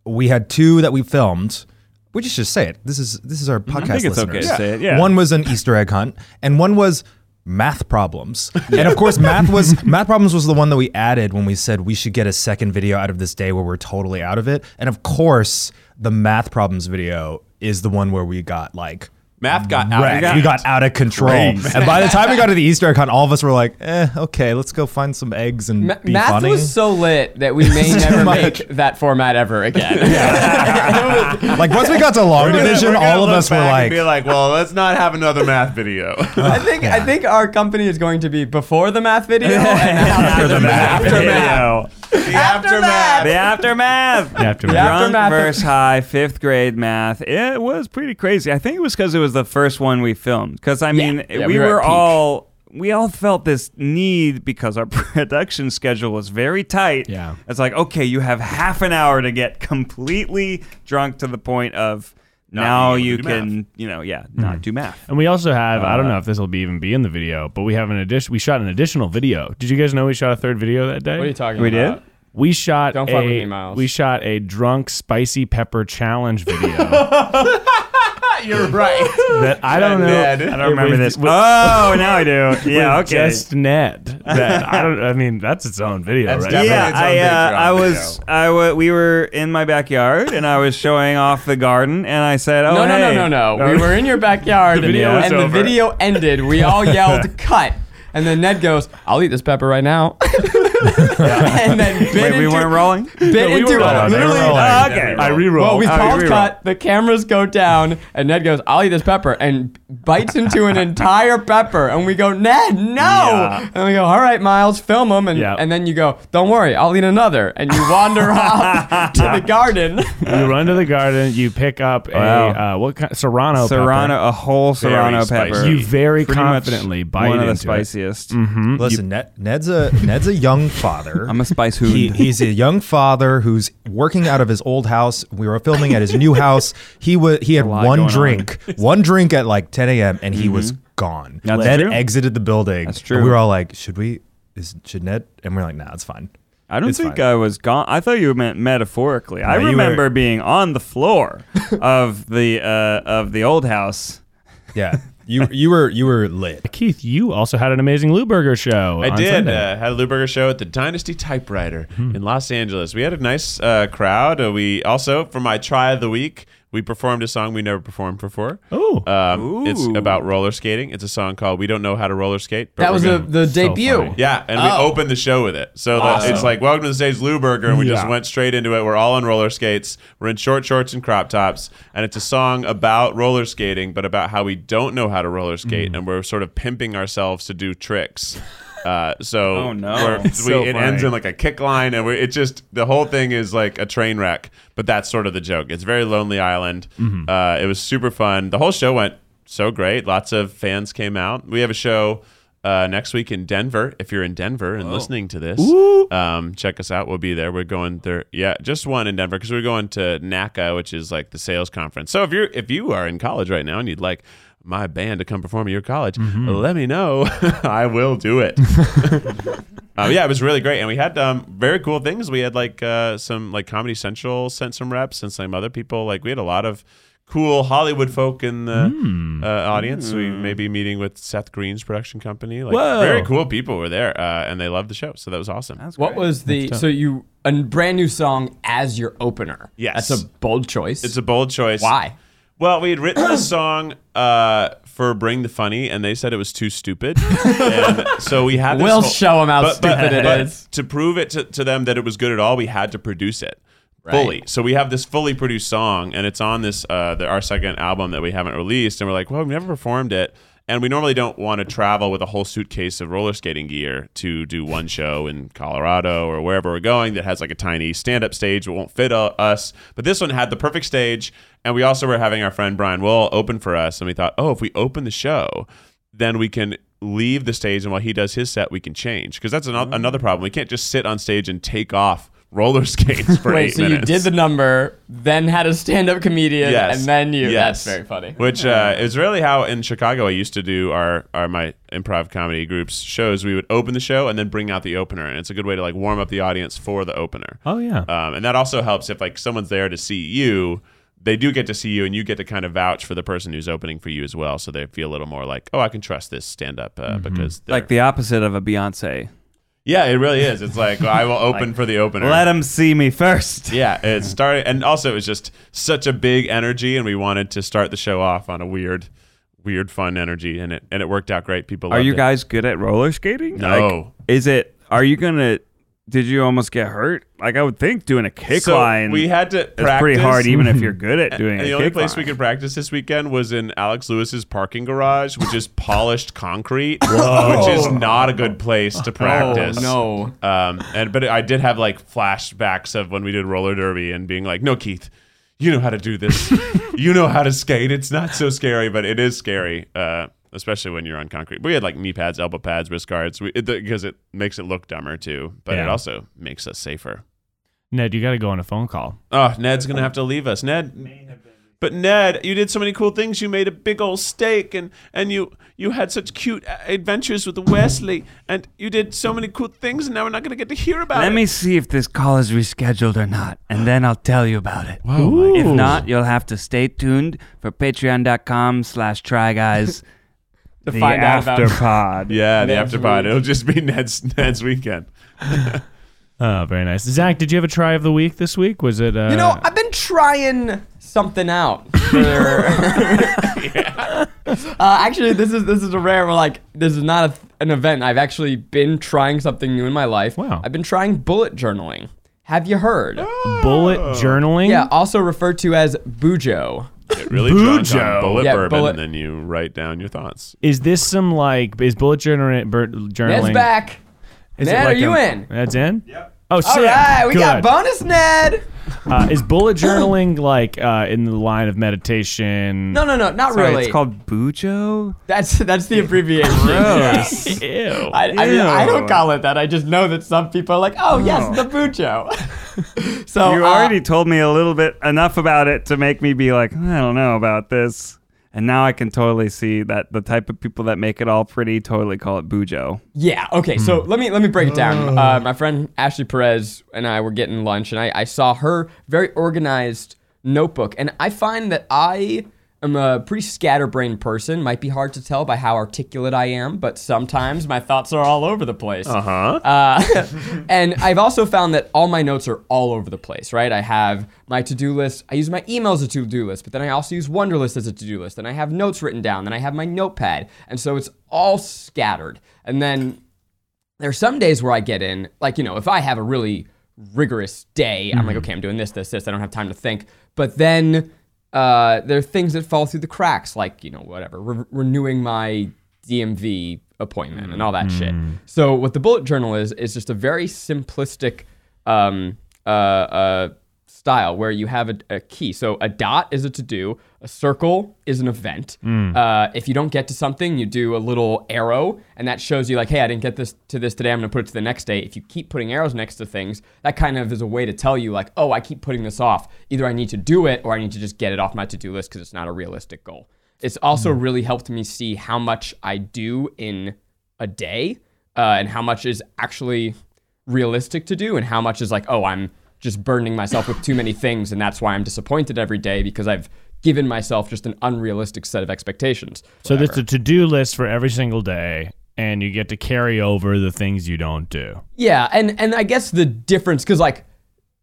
Speaker 7: we had two that we filmed. We just just say it. This is this is our podcast.
Speaker 4: Mm-hmm. I think it's okay
Speaker 7: listeners.
Speaker 4: to say it. Yeah.
Speaker 7: One was an Easter egg hunt, and one was math problems. And of course, math was math problems was the one that we added when we said we should get a second video out of this day where we're totally out of it. And of course, the math problems video is the one where we got like
Speaker 2: Math got out.
Speaker 7: wrecked. We got out of control. And by the time we got to the Easter egg hunt, all of us were like, eh, okay, let's go find some eggs and
Speaker 6: Ma-
Speaker 7: be
Speaker 6: math
Speaker 7: funny.
Speaker 6: was so lit that we may never
Speaker 7: much.
Speaker 6: make that format ever again.
Speaker 7: like once we got to long division, all of us were like,
Speaker 2: be like, well, let's not have another math video.
Speaker 6: I think I think our company is going to be before the math video and after the math. After math.
Speaker 4: Video.
Speaker 2: the aftermath.
Speaker 4: The aftermath. The
Speaker 1: aftermath.
Speaker 6: aftermath.
Speaker 4: Drunk versus high, fifth grade math. It was pretty crazy. I think it was because it was the first one we filmed. Because I mean,
Speaker 6: Yeah,
Speaker 4: we,
Speaker 6: we were at
Speaker 4: were
Speaker 6: peak.
Speaker 4: all we all felt this need because our production schedule was very tight.
Speaker 1: Yeah.
Speaker 4: it's like okay, you have half an hour to get completely drunk to the point of now
Speaker 2: being
Speaker 4: you
Speaker 2: able to do
Speaker 4: can you know yeah not do math.
Speaker 1: And we also have, I don't know if this will be even be in the video, but we have an addition. We shot an additional video. Did you guys know we shot a third video that day?
Speaker 6: What are you talking
Speaker 4: We
Speaker 6: about?
Speaker 4: did.
Speaker 1: We shot
Speaker 6: Don't
Speaker 1: a
Speaker 6: fuck with me, Miles.
Speaker 1: we shot a drunk spicy pepper challenge video
Speaker 2: You're right.
Speaker 1: that I don't know.
Speaker 2: Ned. I don't
Speaker 1: it
Speaker 4: Remember
Speaker 1: was-
Speaker 4: this?
Speaker 1: with-
Speaker 4: oh, now I do. Yeah,
Speaker 1: with
Speaker 4: okay.
Speaker 1: Just Ned. That I don't. I mean, that's its own video,
Speaker 2: That's
Speaker 1: right?
Speaker 2: definitely-
Speaker 4: yeah,
Speaker 2: its own
Speaker 4: I,
Speaker 2: big
Speaker 4: uh,
Speaker 2: drama
Speaker 4: I was, I wa we were in my backyard and I was showing off the garden and I said, oh,
Speaker 6: No, no,
Speaker 4: hey.
Speaker 6: no, no, no. We were in your backyard
Speaker 1: The video was
Speaker 6: and
Speaker 1: over.
Speaker 6: the video ended. We all yelled cut. And then Ned goes, I'll eat this pepper right now. and then bit
Speaker 4: Wait, we
Speaker 6: into-
Speaker 4: weren't rolling?
Speaker 6: bit
Speaker 1: we
Speaker 6: into
Speaker 1: were rolling. They were
Speaker 6: literally
Speaker 7: rolling.
Speaker 4: Oh, okay.
Speaker 1: I reroll.
Speaker 6: Well, we
Speaker 4: Oh,
Speaker 6: called
Speaker 4: reroll.
Speaker 6: cut. The cameras go down, and Ned goes, "I'll eat this pepper," and bites into an entire pepper. And we go, "Ned, no!" And we go, "All right, Miles, film them." And,
Speaker 1: Yeah.
Speaker 6: and then you go, "Don't worry, I'll eat another." And you wander off to the garden.
Speaker 1: you run to the garden. You pick up
Speaker 4: Wow.
Speaker 1: a uh, what kind? Serrano.
Speaker 4: Serrano,
Speaker 1: Serrano.
Speaker 4: a whole serrano
Speaker 2: spicy.
Speaker 4: pepper.
Speaker 1: You very
Speaker 4: Pretty much
Speaker 1: confidently bite
Speaker 4: one of the
Speaker 1: into it.
Speaker 4: spiciest.
Speaker 7: Listen, Ned, Ned's a Ned's a young father.
Speaker 4: I'm a spice hound.
Speaker 7: He, he's a young father who's working out of his old house. We were filming at his new house. He was he had
Speaker 4: lot
Speaker 7: one
Speaker 4: going on.
Speaker 7: drink, one drink at like 10 a.m. and he was gone.
Speaker 4: That's
Speaker 7: Ned
Speaker 4: true.
Speaker 7: exited the building. That's
Speaker 4: true.
Speaker 7: we were all like, should we? Is should Ned? And we're like, nah, it's fine.
Speaker 4: I don't
Speaker 7: It's
Speaker 4: think
Speaker 7: fine.
Speaker 4: I was gone. I thought you meant metaphorically. I
Speaker 7: No, you were-
Speaker 4: remember being on the floor of the uh, of the old house.
Speaker 7: Yeah, you you were you were lit.
Speaker 1: Keith, you also had an amazing Lou Burger show.
Speaker 2: I
Speaker 1: on
Speaker 2: did.
Speaker 1: Sunday. Hmm.
Speaker 2: Uh, had a Luberger show at the Dynasty Typewriter in Los Angeles. We had a nice uh, crowd. Uh, we also, for my try of the week, we performed a song we never performed before.
Speaker 1: Oh.
Speaker 2: um, it's
Speaker 4: Ooh.
Speaker 2: about roller skating. It's a song called "We Don't Know How to Roller Skate." But
Speaker 6: that
Speaker 2: we're
Speaker 6: was the, Oh.
Speaker 2: gonna-
Speaker 6: the debut.
Speaker 1: funny.
Speaker 2: yeah, and we opened the show with it. So that it's like "Welcome to the stage, Luberger," and we just
Speaker 1: Yeah.
Speaker 2: went straight into it. We're all on roller skates. We're in short shorts and crop tops, and it's a song about roller skating, but about how we don't know how to roller skate,
Speaker 1: Hmm.
Speaker 2: and we're sort of pimping ourselves to do tricks. Uh, so
Speaker 4: Oh, no.
Speaker 2: we're- we,
Speaker 4: So
Speaker 2: it
Speaker 4: funny.
Speaker 2: ends in like a kick line, and we're, it just the whole thing is like a train wreck. But that's sort of the joke. It's very Lonely Island.
Speaker 4: Mm-hmm.
Speaker 2: Uh, it was super fun. The whole show went so great. Lots of fans came out. We have a show. Uh, next week in Denver, if you're in Denver and listening to this, um, check us out. We'll be there. We're going there. Yeah, just one in Denver because we're going to NACA, which is like the sales conference. So if you're if you are in college right now and you'd like my band to come perform at your college,
Speaker 4: Mm-hmm.
Speaker 2: let me know. I will do it. Um, yeah, it was really great, and we had um, very cool things. We had like uh, some like Comedy Central sent some reps, and some other people. Like we had a lot of cool Hollywood folk in the
Speaker 6: Hmm.
Speaker 2: uh, audience. We may be meeting with Seth Green's production company. Like
Speaker 1: Whoa.
Speaker 2: very cool people were there, uh, and they loved the show, so that was awesome.
Speaker 6: What was the so you a brand new song as your opener?
Speaker 2: Yes.
Speaker 6: that's a bold choice.
Speaker 2: it's a bold choice.
Speaker 6: why.
Speaker 2: Well, we had written a song uh, for Bring the Funny, and they said it was too stupid. and so we had this
Speaker 6: We'll
Speaker 2: whole-
Speaker 6: show 'em how stupid it
Speaker 2: but
Speaker 6: is.
Speaker 2: To prove it to, to them that it was good at all, we had to produce it
Speaker 6: Right.
Speaker 2: fully. So we have this fully produced song, and it's on this uh, the, our second album that we haven't released, and we're like, well, we've never performed it. And we normally don't want to travel with a whole suitcase of roller skating gear to do one show in Colorado or wherever we're going that has like a tiny stand up stage that won't fit uh, us. But this one had the perfect stage. And we also were having our friend Brian Will open for us. And we thought, oh, if we open the show, then we can leave the stage and while he does his set we can change because that's
Speaker 6: Mm.
Speaker 2: ano- another problem we can't just sit on stage and take off roller skates for
Speaker 6: Wait,
Speaker 2: eight
Speaker 6: so
Speaker 2: minutes
Speaker 6: you did the number, then had a stand-up comedian,
Speaker 2: Yes.
Speaker 6: and then you.
Speaker 2: Yes.
Speaker 6: That's very funny.
Speaker 2: which uh, is really how in Chicago I used to do our, our my improv comedy group's shows. We would open the show and then bring out the opener, and it's a good way to like warm up the audience for the opener.
Speaker 1: Oh, yeah.
Speaker 2: um, and that also helps if like someone's there to see you. They do get to see you, and you get to kind of vouch for the person who's opening for you as well. So they feel a little more like, oh, I can trust this stand up uh, because they're-
Speaker 4: Like the opposite of a Beyonce.
Speaker 2: yeah, it really is. It's like I will open for the opener.
Speaker 4: Let them see me first.
Speaker 2: yeah, it started, and also it was just such a big energy, and we wanted to start the show off on a weird, weird, fun energy, and it and it worked out great. People,
Speaker 4: Are
Speaker 2: loved
Speaker 4: you
Speaker 2: it.
Speaker 4: guys good at roller skating?
Speaker 2: No.
Speaker 4: is it? Are you gonna? Did you almost get hurt? Like I would think doing a kick
Speaker 2: So
Speaker 4: line.
Speaker 2: we had to
Speaker 4: It's
Speaker 2: practice.
Speaker 4: pretty hard, even if you're good at doing
Speaker 2: And
Speaker 4: a
Speaker 2: the only
Speaker 4: kick
Speaker 2: place we
Speaker 4: line.
Speaker 2: could practice this weekend was in Alex Lewis's parking garage, which is polished concrete, which is not a good place
Speaker 4: Oh,
Speaker 2: to practice.
Speaker 6: no.
Speaker 2: Um, and but I did have like flashbacks of when we did roller derby and being like, "No, Keith, you know how to do this. you know how to skate. It's not so scary, but it is scary, uh, especially when you're on concrete." We had like knee pads, elbow pads, wrist guards, we- it- because it makes it look dumber too, but it
Speaker 1: Yeah.
Speaker 2: also makes us safer.
Speaker 1: Ned, you got to go on a phone call.
Speaker 2: Oh, Ned's gonna have to leave us. Ned. But Ned, you did so many cool things. You made a big old steak, and and you you had such cute uh, adventures with Wesley, and you did so many cool things. And now we're not gonna get to hear about
Speaker 4: Let
Speaker 2: it.
Speaker 4: me see if this call is rescheduled or not, and then I'll tell you about it.
Speaker 1: Ooh.
Speaker 4: If not, you'll have to stay tuned for patreon.com slash try guys.
Speaker 6: To find out about-
Speaker 4: after pod.
Speaker 2: yeah, the
Speaker 6: Ned's
Speaker 2: after pod.
Speaker 6: week.
Speaker 2: It'll just be Ned's Ned's weekend.
Speaker 1: Oh, very nice. Zach, did you have a try of the week this week? Was it? Uh,
Speaker 6: You know, I've been trying something out. For, Uh, actually, this is this is a rare. Like, this is not a, an event. I've actually been trying something new in my life.
Speaker 5: Wow.
Speaker 6: I've been trying bullet journaling. Have you heard?
Speaker 1: Oh.
Speaker 5: Bullet journaling.
Speaker 6: Oh. Yeah, also referred to as bujo.
Speaker 2: It really drunk
Speaker 1: Bujo.
Speaker 2: on bullet
Speaker 6: Yeah,
Speaker 2: bourbon,
Speaker 6: bullet-
Speaker 2: and then you write down your thoughts.
Speaker 5: Is this some like is bullet journaling? bur-
Speaker 6: Ned's
Speaker 5: journaling
Speaker 6: back.
Speaker 5: Is
Speaker 6: Ned,
Speaker 5: like
Speaker 6: are you
Speaker 5: a-
Speaker 6: in?
Speaker 5: That's in. Yep. Oh, sick.
Speaker 6: All right, we got
Speaker 5: Good.
Speaker 6: bonus Ned.
Speaker 5: Uh, is bullet journaling like uh, in the line of meditation?
Speaker 6: No, no, no, not
Speaker 4: Sorry,
Speaker 6: really.
Speaker 4: It's called Bujo.
Speaker 6: that's that's the abbreviation.
Speaker 4: Gross.
Speaker 5: Ew.
Speaker 6: I, I mean, I don't
Speaker 4: Ew.
Speaker 6: call it that. I just know that some people are like, oh, yes, the bujo. so
Speaker 4: you
Speaker 6: uh,
Speaker 4: already told me a little bit enough about it to make me be like, I don't know about this. And now I can totally see that the type of people that make it all pretty totally call it Bujo.
Speaker 6: Yeah. Okay. So
Speaker 4: Hmm.
Speaker 6: let me let me break it
Speaker 4: Oh.
Speaker 6: down. Uh, my friend Ashley Perez and I were getting lunch, and I, I saw her very organized notebook, and I find that I am a pretty scatterbrained person. Might be hard to tell by how articulate I am, but sometimes my thoughts are all over the place. Uh-huh. and I've also found that all my notes are all over the place. Right. I have my to-do list. I use my email as a to-do list, but then I also use Wonderlist as a to-do list. Then I have notes written down. Then I have my notepad, and so it's all scattered. And then there's some days where I get in, like, you know, if I have a really rigorous day, I'm like, okay, I'm doing this, this, this. I don't have time to think. But then uh, there are things that fall through the cracks, like, you know, whatever, re- renewing my DMV appointment and all that shit. So, what the bullet journal is, is just a very simplistic um, uh, uh, style where you have a, a key. So a dot is a to do, a circle is an event. Uh, if you don't get to something, you do a little arrow, and that shows you, like, hey, I didn't get this to this today. I'm going to put it to the next day. If you keep putting arrows next to things, that kind of is a way to tell you, like, oh, I keep putting this off. Either I need to do it or I need to just get it off my to do list because it's not a realistic goal. It's also really helped me see how much I do in a day uh, and how much is actually realistic to do and how much is like oh i'm just burdening myself with too many things and that's why i'm disappointed every day because i've given myself just an unrealistic set of expectations
Speaker 5: So there's a to-do list for every single day, and you get to carry over the things you don't do.
Speaker 6: yeah and and i guess the difference because like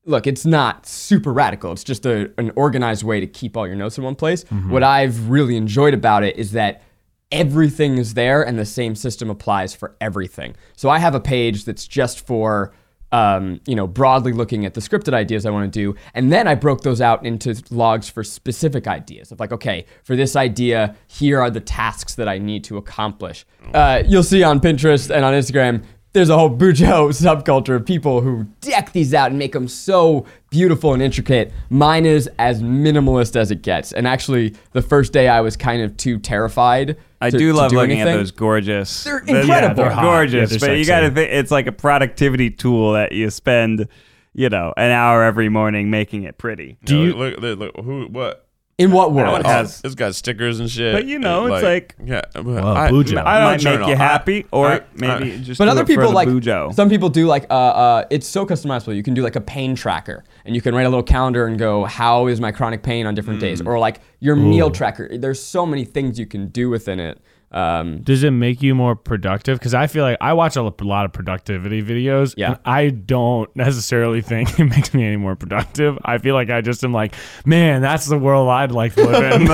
Speaker 6: look it's not super radical it's just a, an organized way to keep all your notes in one place what i've really enjoyed about it is that everything is there and the same system applies for everything so i have a page that's just for um, you know, broadly looking at the scripted ideas I want to do. And then I broke those out into logs for specific ideas of like, okay, for this idea, here are the tasks that I need to accomplish. Uh, you'll see on Pinterest and on Instagram, there's a whole Bujo subculture of people who deck these out and make them so beautiful and intricate. Mine is as minimalist as it gets. And actually, the first day I was kind of too terrified.
Speaker 4: I
Speaker 6: to-
Speaker 4: do
Speaker 6: to
Speaker 4: love
Speaker 6: do
Speaker 4: looking at
Speaker 6: anything.
Speaker 4: those gorgeous.
Speaker 6: They're incredible.
Speaker 4: they're
Speaker 6: They're hot.
Speaker 4: gorgeous,
Speaker 5: Yeah,
Speaker 4: but
Speaker 5: they're
Speaker 4: you
Speaker 5: sexy.
Speaker 4: got to think it's like a productivity tool that you spend, you know, an hour every morning making it pretty.
Speaker 2: Do
Speaker 5: you-
Speaker 2: look, look, look, who what?
Speaker 6: In what
Speaker 2: Oh,
Speaker 6: world?
Speaker 2: it has, it's got stickers and shit.
Speaker 4: But, you know, it's
Speaker 2: yeah.
Speaker 7: Wow, Blue Joe.
Speaker 2: I don't
Speaker 4: might
Speaker 2: journal.
Speaker 4: make you
Speaker 2: I-
Speaker 4: happy, or
Speaker 2: I-
Speaker 4: maybe
Speaker 2: I-
Speaker 4: just.
Speaker 6: But
Speaker 4: do
Speaker 6: other
Speaker 4: it for
Speaker 6: people
Speaker 4: the
Speaker 6: like
Speaker 4: Bujo.
Speaker 6: some people do like uh, uh, it's so customizable. You can do like a pain tracker, and you can write a little calendar and go, "How is my chronic pain on different
Speaker 4: Mm.
Speaker 6: days?" Or like your meal tracker. There's so many things you can do within it. Um,
Speaker 5: Does it make you more productive? Because I feel like I watch a lot of productivity videos.
Speaker 6: Yeah.
Speaker 5: And I don't necessarily think it makes me any more productive. I feel like I just am like, man, that's the world I'd like to live in. and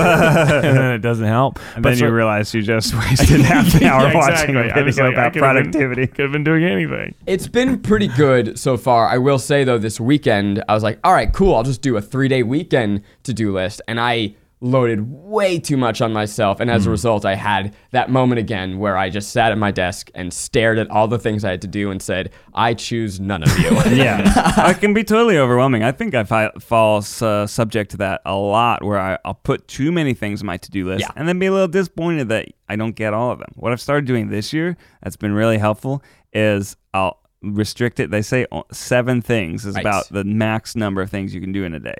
Speaker 5: then it doesn't help.
Speaker 4: And then you
Speaker 5: so-
Speaker 4: realize you just wasted half an hour
Speaker 5: Yeah,
Speaker 4: watching a
Speaker 5: exactly. I was
Speaker 4: video
Speaker 5: like, I could've
Speaker 4: about
Speaker 5: been-
Speaker 4: productivity.
Speaker 5: Could have been doing anything.
Speaker 6: it's been pretty good so far. I will say though, this weekend I was like, "All right, cool. I'll just do a three day weekend to do list," and I loaded way too much on myself and as
Speaker 4: Mm.
Speaker 6: a result i had that moment again where i just sat at my desk and stared at all the things i had to do and said i choose none of you
Speaker 4: yeah, it can be totally overwhelming. I think I fi- fall uh, subject to that a lot, where I, I'll put too many things on my to-do list,
Speaker 6: Yeah.
Speaker 4: and then be a little disappointed that I don't get all of them. What I've started doing this year that's been really helpful is I'll restrict it. They say o- seven things is
Speaker 6: Right.
Speaker 4: about the max number of things you can do in a day.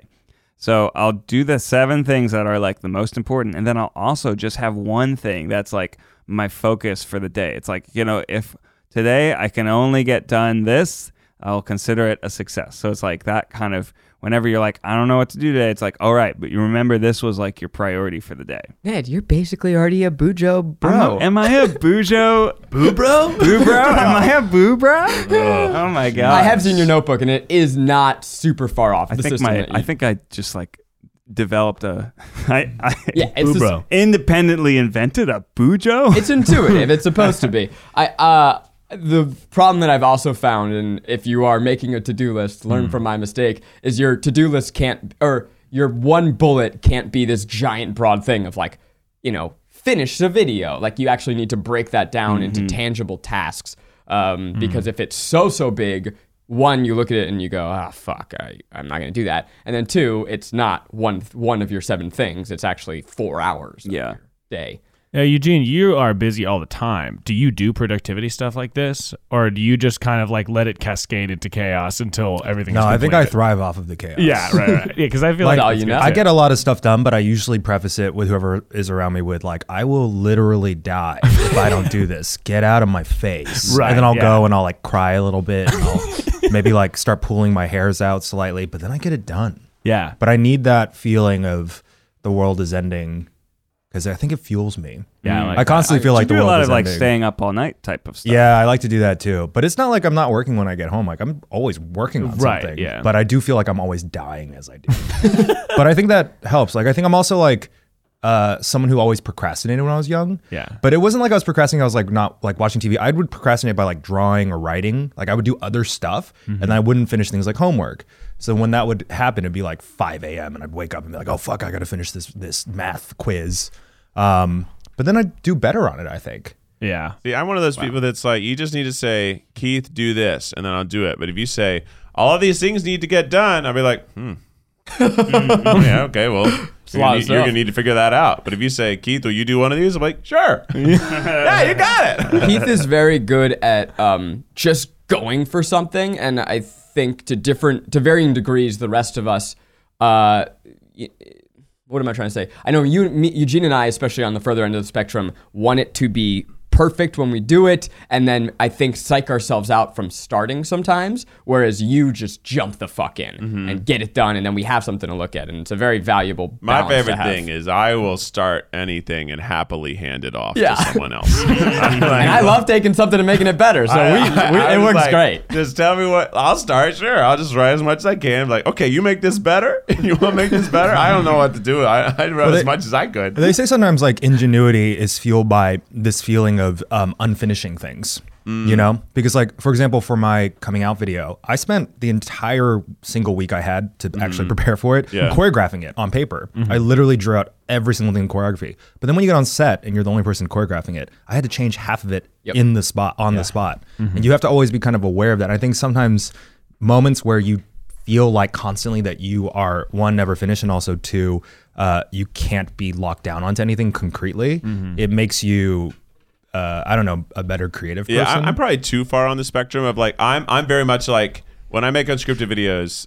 Speaker 4: So I'll do the seven things that are like the most important, and then I'll also just have one thing that's like my focus for the day. It's like you know, if today I can only get done this, I'll consider it a success. So it's like that kind of whenever you're like, I don't know what to do today. It's like, all right, but you remember this was like your priority for the day.
Speaker 6: Ned, you're basically already a Bujo
Speaker 4: I'm a- am I a bujo? boo bro? Boo bro? Am I a boo bro? oh my god!
Speaker 6: I have seen your notebook, and it is not super far off.
Speaker 4: I
Speaker 6: the
Speaker 4: think
Speaker 6: system
Speaker 4: my.
Speaker 6: that you-
Speaker 4: I think I just like developed a. I, I
Speaker 6: Yeah, it's this-
Speaker 1: Bro.
Speaker 4: independently invented a bujo.
Speaker 6: it's intuitive. It's supposed to be. I uh the problem that I've also found, and if you are making a to-do list, learn from my mistake, is your to-do list can't or your one bullet can't be this giant broad thing of like, you know, finish the video. Like you actually need to break that down into tangible tasks. Um, because if it's so so big, one you look at it and you go, ah, fuck, I, I'm not gonna do that. And then two, it's not one one of your seven things. It's actually four hours. of
Speaker 4: Yeah.
Speaker 6: your day.
Speaker 5: Now, Eugene, you are busy all the time. Do you do productivity stuff like this, or do you just kind of like let it cascade into chaos until everything?
Speaker 7: No,
Speaker 5: is
Speaker 7: I think I
Speaker 5: completed?
Speaker 7: thrive off of the chaos.
Speaker 5: Yeah, right, right. Yeah, because I feel
Speaker 7: Like,
Speaker 5: like,
Speaker 6: all you know.
Speaker 7: I get a lot of stuff done, but I usually preface it with whoever is around me with like, "I will literally die if I don't do this. Get out of my face!"
Speaker 5: Right,
Speaker 7: And then I'll
Speaker 5: yeah.
Speaker 7: go and I'll like cry a little bit, and I'll maybe like start pulling my hairs out slightly, but then I get it done.
Speaker 5: yeah.
Speaker 7: But I need that feeling of the world is ending because I think it fuels me.
Speaker 6: Mm.
Speaker 5: Yeah, I like
Speaker 7: I constantly feel like the
Speaker 4: do a
Speaker 7: world
Speaker 4: lot
Speaker 7: is
Speaker 4: of like
Speaker 7: ending.
Speaker 4: staying up all night type of stuff.
Speaker 7: Yeah, I like to do that too. But it's not like I'm not working when I get home. Like I'm always working on
Speaker 5: Right,
Speaker 7: something.
Speaker 5: yeah.
Speaker 7: But I do feel like I'm always dying as I do. but I think that helps. Like I think I'm also like uh, someone who always procrastinated when I was young.
Speaker 5: Yeah.
Speaker 7: But it wasn't like I was procrastinating. I was like not like watching TV. I would procrastinate by like drawing or writing. Like I would do other stuff,
Speaker 5: Mm-hmm.
Speaker 7: and I wouldn't finish things like homework. So when that would happen, it'd be like 5 a.m. and I'd wake up and be like, oh fuck, I gotta finish this this math quiz. Um, but then I'd do better on it. I think.
Speaker 5: Yeah.
Speaker 2: See, I'm one of those people that's like, you just need to say, Keith, do this, and then I'll do it. But if you say, all of these things need to get done, I'll be like, hmm. Mm, yeah, okay, well, you're
Speaker 6: lot
Speaker 2: gonna,
Speaker 6: of
Speaker 2: need, you're
Speaker 6: stuff.
Speaker 2: gonna need to figure that out. But if you say, Keith, will you do one of these? I'm like, sure. yeah, you got it.
Speaker 6: Keith is very good at um, just going for something, and I think to different, to varying degrees, the rest of us. Uh, y- what am I trying to say? I know you, me, Eugene, and I, especially on the further end of the spectrum, want it to be perfect when we do it, and then I think psych ourselves out from starting sometimes. Whereas you just jump the fuck in and get it done, and then we have something to look at, and it's a very valuable.
Speaker 2: My
Speaker 6: balance to
Speaker 2: favorite
Speaker 6: have.
Speaker 2: thing is I will start anything and happily hand it off
Speaker 6: Yeah.
Speaker 2: to someone else. I'm like,
Speaker 6: and I love taking something and making it better. So we,
Speaker 2: I-
Speaker 6: we-
Speaker 2: I
Speaker 6: it
Speaker 2: was
Speaker 6: works
Speaker 2: like,
Speaker 6: great.
Speaker 2: Just tell me what I'll start. Sure, I'll just write as much as I can. Like, okay, you make this better. you want to make this better? I don't know what to do. I, I wrote
Speaker 7: they-
Speaker 2: as much as I could.
Speaker 7: They say sometimes like ingenuity is fueled by this feeling of um, unfinishing things. You know, because like for example, for my coming out video, I spent the entire single week I had to actually prepare for it,
Speaker 2: Yeah.
Speaker 7: choreographing it on paper. I literally drew out every single thing in choreography. But then when you get on set and you're the only person choreographing it, I had to change half of it
Speaker 6: Yep.
Speaker 7: in the spot on the spot, and you have to always be kind of aware of that. I think sometimes moments where you feel like constantly that you are one never finished and also two uh, you can't be locked down onto anything concretely it makes you uh, i don't know a better creative person
Speaker 2: Yeah, I, I'm probably too far on the spectrum of like I'm I'm very much like when I make unscripted videos,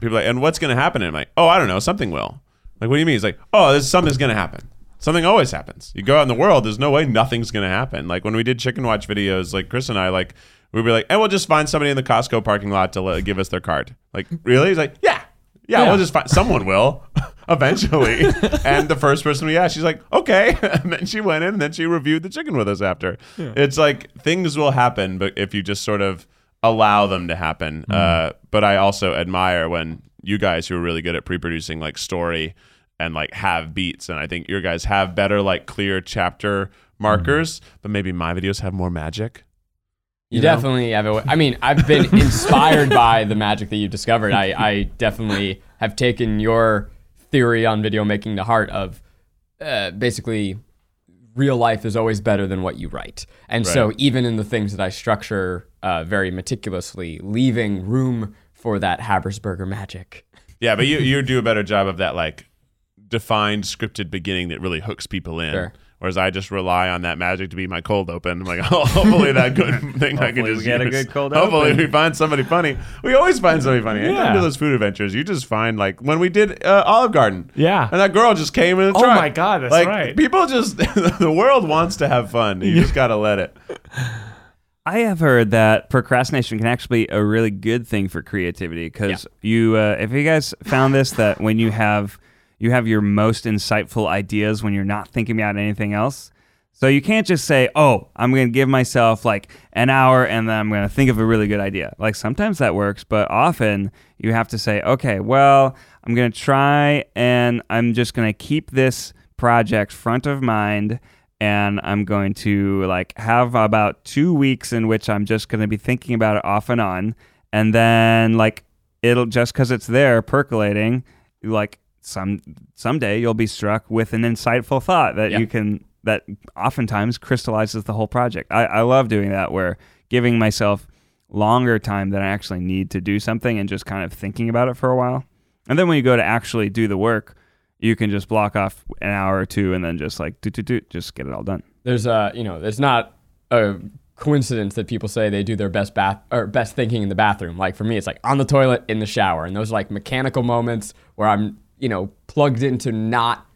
Speaker 2: people are like, and what's gonna happen? And I'm like, oh, I don't know, something will. Like, what do you mean? It's like, oh, this, something's gonna happen. Something always happens. You go out in the world, there's no way nothing's gonna happen. Like when we did chicken watch videos, like Chris and I, like we'd be like, and we'll just find somebody in the Costco parking lot to let, give us their card. Like, really? He's like, yeah. Yeah, we'll just find someone will eventually. and the first person we asked, she's like, okay. And then she went in and then she reviewed the chicken with us after. It's like things will happen, but if you just sort of allow them to happen. Uh, but I also admire when you guys who are really good at pre producing like story and like have beats. And I think your guys have better like clear chapter markers, but maybe my videos have more magic.
Speaker 6: You, definitely have a. I mean, I've been inspired by the magic that you've discovered. I, I definitely have taken your theory on video making to heart of uh, basically real life is always better than what you write. And so even in the things that I structure uh, very meticulously, leaving room for that Habersberger magic.
Speaker 2: Yeah, but you you do a better job of that like defined scripted beginning that really hooks people in.
Speaker 6: Sure.
Speaker 2: Whereas I just rely on that magic to be my cold open. I'm like, oh, hopefully that good thing I can
Speaker 4: Hopefully we
Speaker 2: just
Speaker 4: get a
Speaker 2: use.
Speaker 4: good cold
Speaker 2: Hopefully
Speaker 4: open.
Speaker 2: we find somebody funny. We always find somebody funny. Anytime we do those food adventures, you just find like when we did uh, Olive Garden.
Speaker 5: Yeah.
Speaker 2: and that girl just came in. The
Speaker 5: Oh
Speaker 2: truck.
Speaker 5: my God, that's
Speaker 2: like,
Speaker 5: right.
Speaker 2: People just the world wants to have fun. You just gotta let it.
Speaker 4: I have heard that procrastination can actually be a really good thing for creativity because you, uh, if you guys found this, that when you have you have your most insightful ideas when you're not thinking about anything else. So you can't just say, "Oh, I'm going to give myself like an hour and then I'm going to think of a really good idea." Like sometimes that works, but often you have to say, "Okay, well, I'm going to try and I'm just going to keep this project front of mind and I'm going to like have about 2 weeks in which I'm just going to be thinking about it off and on and then like it'll just cuz it's there percolating like some someday you'll be struck with an insightful thought that you can that oftentimes crystallizes the whole project. I, I love doing that where giving myself longer time than I actually need to do something and just kind of thinking about it for a while. And then when you go to actually do the work, you can just block off an hour or two and then just like do do do just get it all done.
Speaker 6: there's a you know there's not a coincidence that people say they do their best bath or best thinking in the bathroom like for me it's like on the toilet in the shower and those are like mechanical moments where i'm you know plugged into not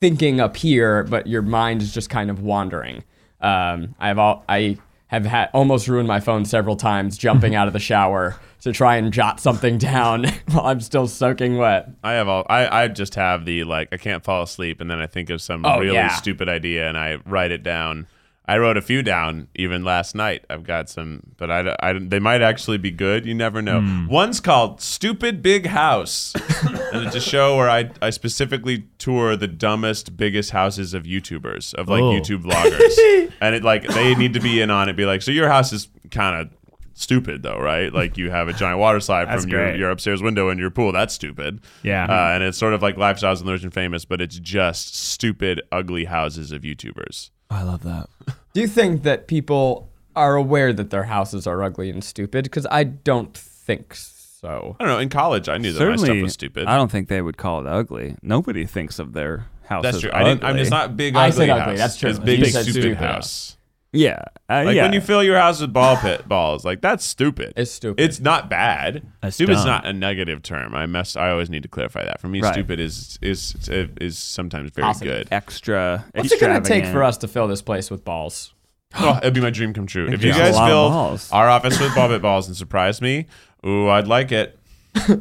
Speaker 6: thinking up here but your mind is just kind of wandering um, i've all i have had almost ruined my phone several times jumping out of the shower to try and jot something down while i'm still soaking wet
Speaker 2: I have all. I, I just have the like. I can't fall asleep, and then I think of some
Speaker 6: Oh,
Speaker 2: really
Speaker 6: yeah.
Speaker 2: stupid idea, and I write it down. I wrote a few down even last night. I've got some, but I, I they might actually be good. You never know. One's called "Stupid Big House," and it's a show where I I specifically tour the dumbest, biggest houses of YouTubers of like
Speaker 5: Oh.
Speaker 2: YouTube vloggers, and it like they need to be in on it. Be like, so your house is kind of stupid though, right? Like you have a giant water slide from your,
Speaker 5: great.
Speaker 2: your upstairs window in your pool. That's stupid.
Speaker 5: Yeah.
Speaker 2: Uh, and it's sort of like Lifestyles and Lurch and Famous, but it's just stupid, ugly houses of YouTubers.
Speaker 1: I love that.
Speaker 6: Do you think that people are aware that their houses are ugly and stupid? Because I don't think so.
Speaker 2: I don't know. In college, I knew that my stuff was stupid.
Speaker 4: I don't think they would call it ugly. Nobody thinks of their house
Speaker 2: That's
Speaker 4: as
Speaker 2: true. I
Speaker 4: Ugly.
Speaker 2: didn't. I'm just not big.
Speaker 6: I
Speaker 2: ugly
Speaker 6: said
Speaker 2: house.
Speaker 6: ugly, that's true.
Speaker 2: It's
Speaker 6: You
Speaker 2: big,
Speaker 6: said
Speaker 2: stupid,
Speaker 6: stupid
Speaker 2: house.
Speaker 4: Yeah, uh,
Speaker 2: Like
Speaker 4: yeah.
Speaker 2: when you fill your house with ball pit balls, like that's stupid.
Speaker 6: It's stupid.
Speaker 2: It's not bad.
Speaker 1: That's
Speaker 2: Stupid's
Speaker 1: dumb.
Speaker 2: not a negative term. I mess. I always need to clarify that. For me,
Speaker 4: Right.
Speaker 2: stupid is is is sometimes very
Speaker 6: Positive.
Speaker 2: good.
Speaker 4: extra.
Speaker 6: What's it going to take for us to fill this place with balls?
Speaker 2: oh, it'd be my dream come true. If you
Speaker 4: just a
Speaker 2: guys
Speaker 4: lot of
Speaker 2: filled
Speaker 4: balls.
Speaker 2: our office with ball pit balls and surprised me, ooh, I'd like it.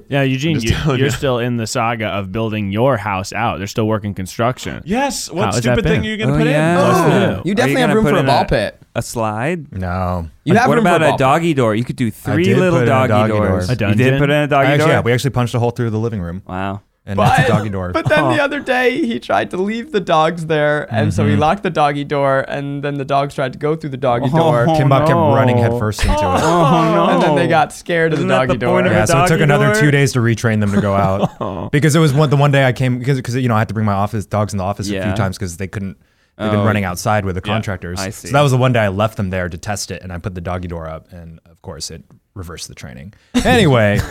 Speaker 5: Yeah, Eugene,
Speaker 2: I'm just
Speaker 5: you,
Speaker 2: telling
Speaker 5: you're
Speaker 2: you.
Speaker 5: still in the saga of building your house out. They're still working construction.
Speaker 2: Yes. What
Speaker 5: How has that
Speaker 2: stupid thing
Speaker 5: been?
Speaker 2: are you gonna
Speaker 4: Oh,
Speaker 2: put
Speaker 4: yeah.
Speaker 2: in?
Speaker 4: Oh.
Speaker 5: Yeah.
Speaker 6: You
Speaker 4: Are
Speaker 6: definitely have
Speaker 4: gonna
Speaker 6: room
Speaker 4: put
Speaker 6: for a
Speaker 4: in
Speaker 6: ball pit.
Speaker 4: A slide.
Speaker 7: No.
Speaker 6: You have
Speaker 4: what
Speaker 6: room
Speaker 4: about
Speaker 6: for a,
Speaker 4: a,
Speaker 6: ball
Speaker 4: doggy door? You could do three
Speaker 7: did
Speaker 4: little
Speaker 7: put in a
Speaker 4: doggy,
Speaker 7: doggy
Speaker 4: doors.
Speaker 7: door. A
Speaker 4: You did
Speaker 5: dungeon?
Speaker 4: put in a
Speaker 7: I
Speaker 4: doggy
Speaker 7: actually,
Speaker 4: door.
Speaker 7: yeah, we actually punched a hole through the living room.
Speaker 4: wow.
Speaker 7: And
Speaker 6: But,
Speaker 7: that's a doggy door.
Speaker 6: but
Speaker 4: Oh.
Speaker 6: then the other day he tried to leave the dogs there, and so he locked the doggy door, and then the dogs tried to go through the doggy door,
Speaker 4: Mm-hmm. Oh,
Speaker 7: Kimbop kept
Speaker 5: no.
Speaker 7: running headfirst into it.
Speaker 4: Oh no!
Speaker 6: and then they got scared of the
Speaker 4: Isn't that
Speaker 6: doggy
Speaker 4: the
Speaker 6: door.
Speaker 4: point of
Speaker 7: Yeah, so it took
Speaker 4: Doggy
Speaker 7: another
Speaker 4: door? Oh.
Speaker 7: two days to retrain them to go out because it was one, the one day I came because because you know I had to bring my office dogs in the office a
Speaker 4: Yeah.
Speaker 7: few times because they couldn't they've been
Speaker 4: Oh,
Speaker 7: running outside with the contractors.
Speaker 4: I see.
Speaker 7: So that was the one day I left them there to test it and I put the doggy door up and of course it reversed the training. Anyway,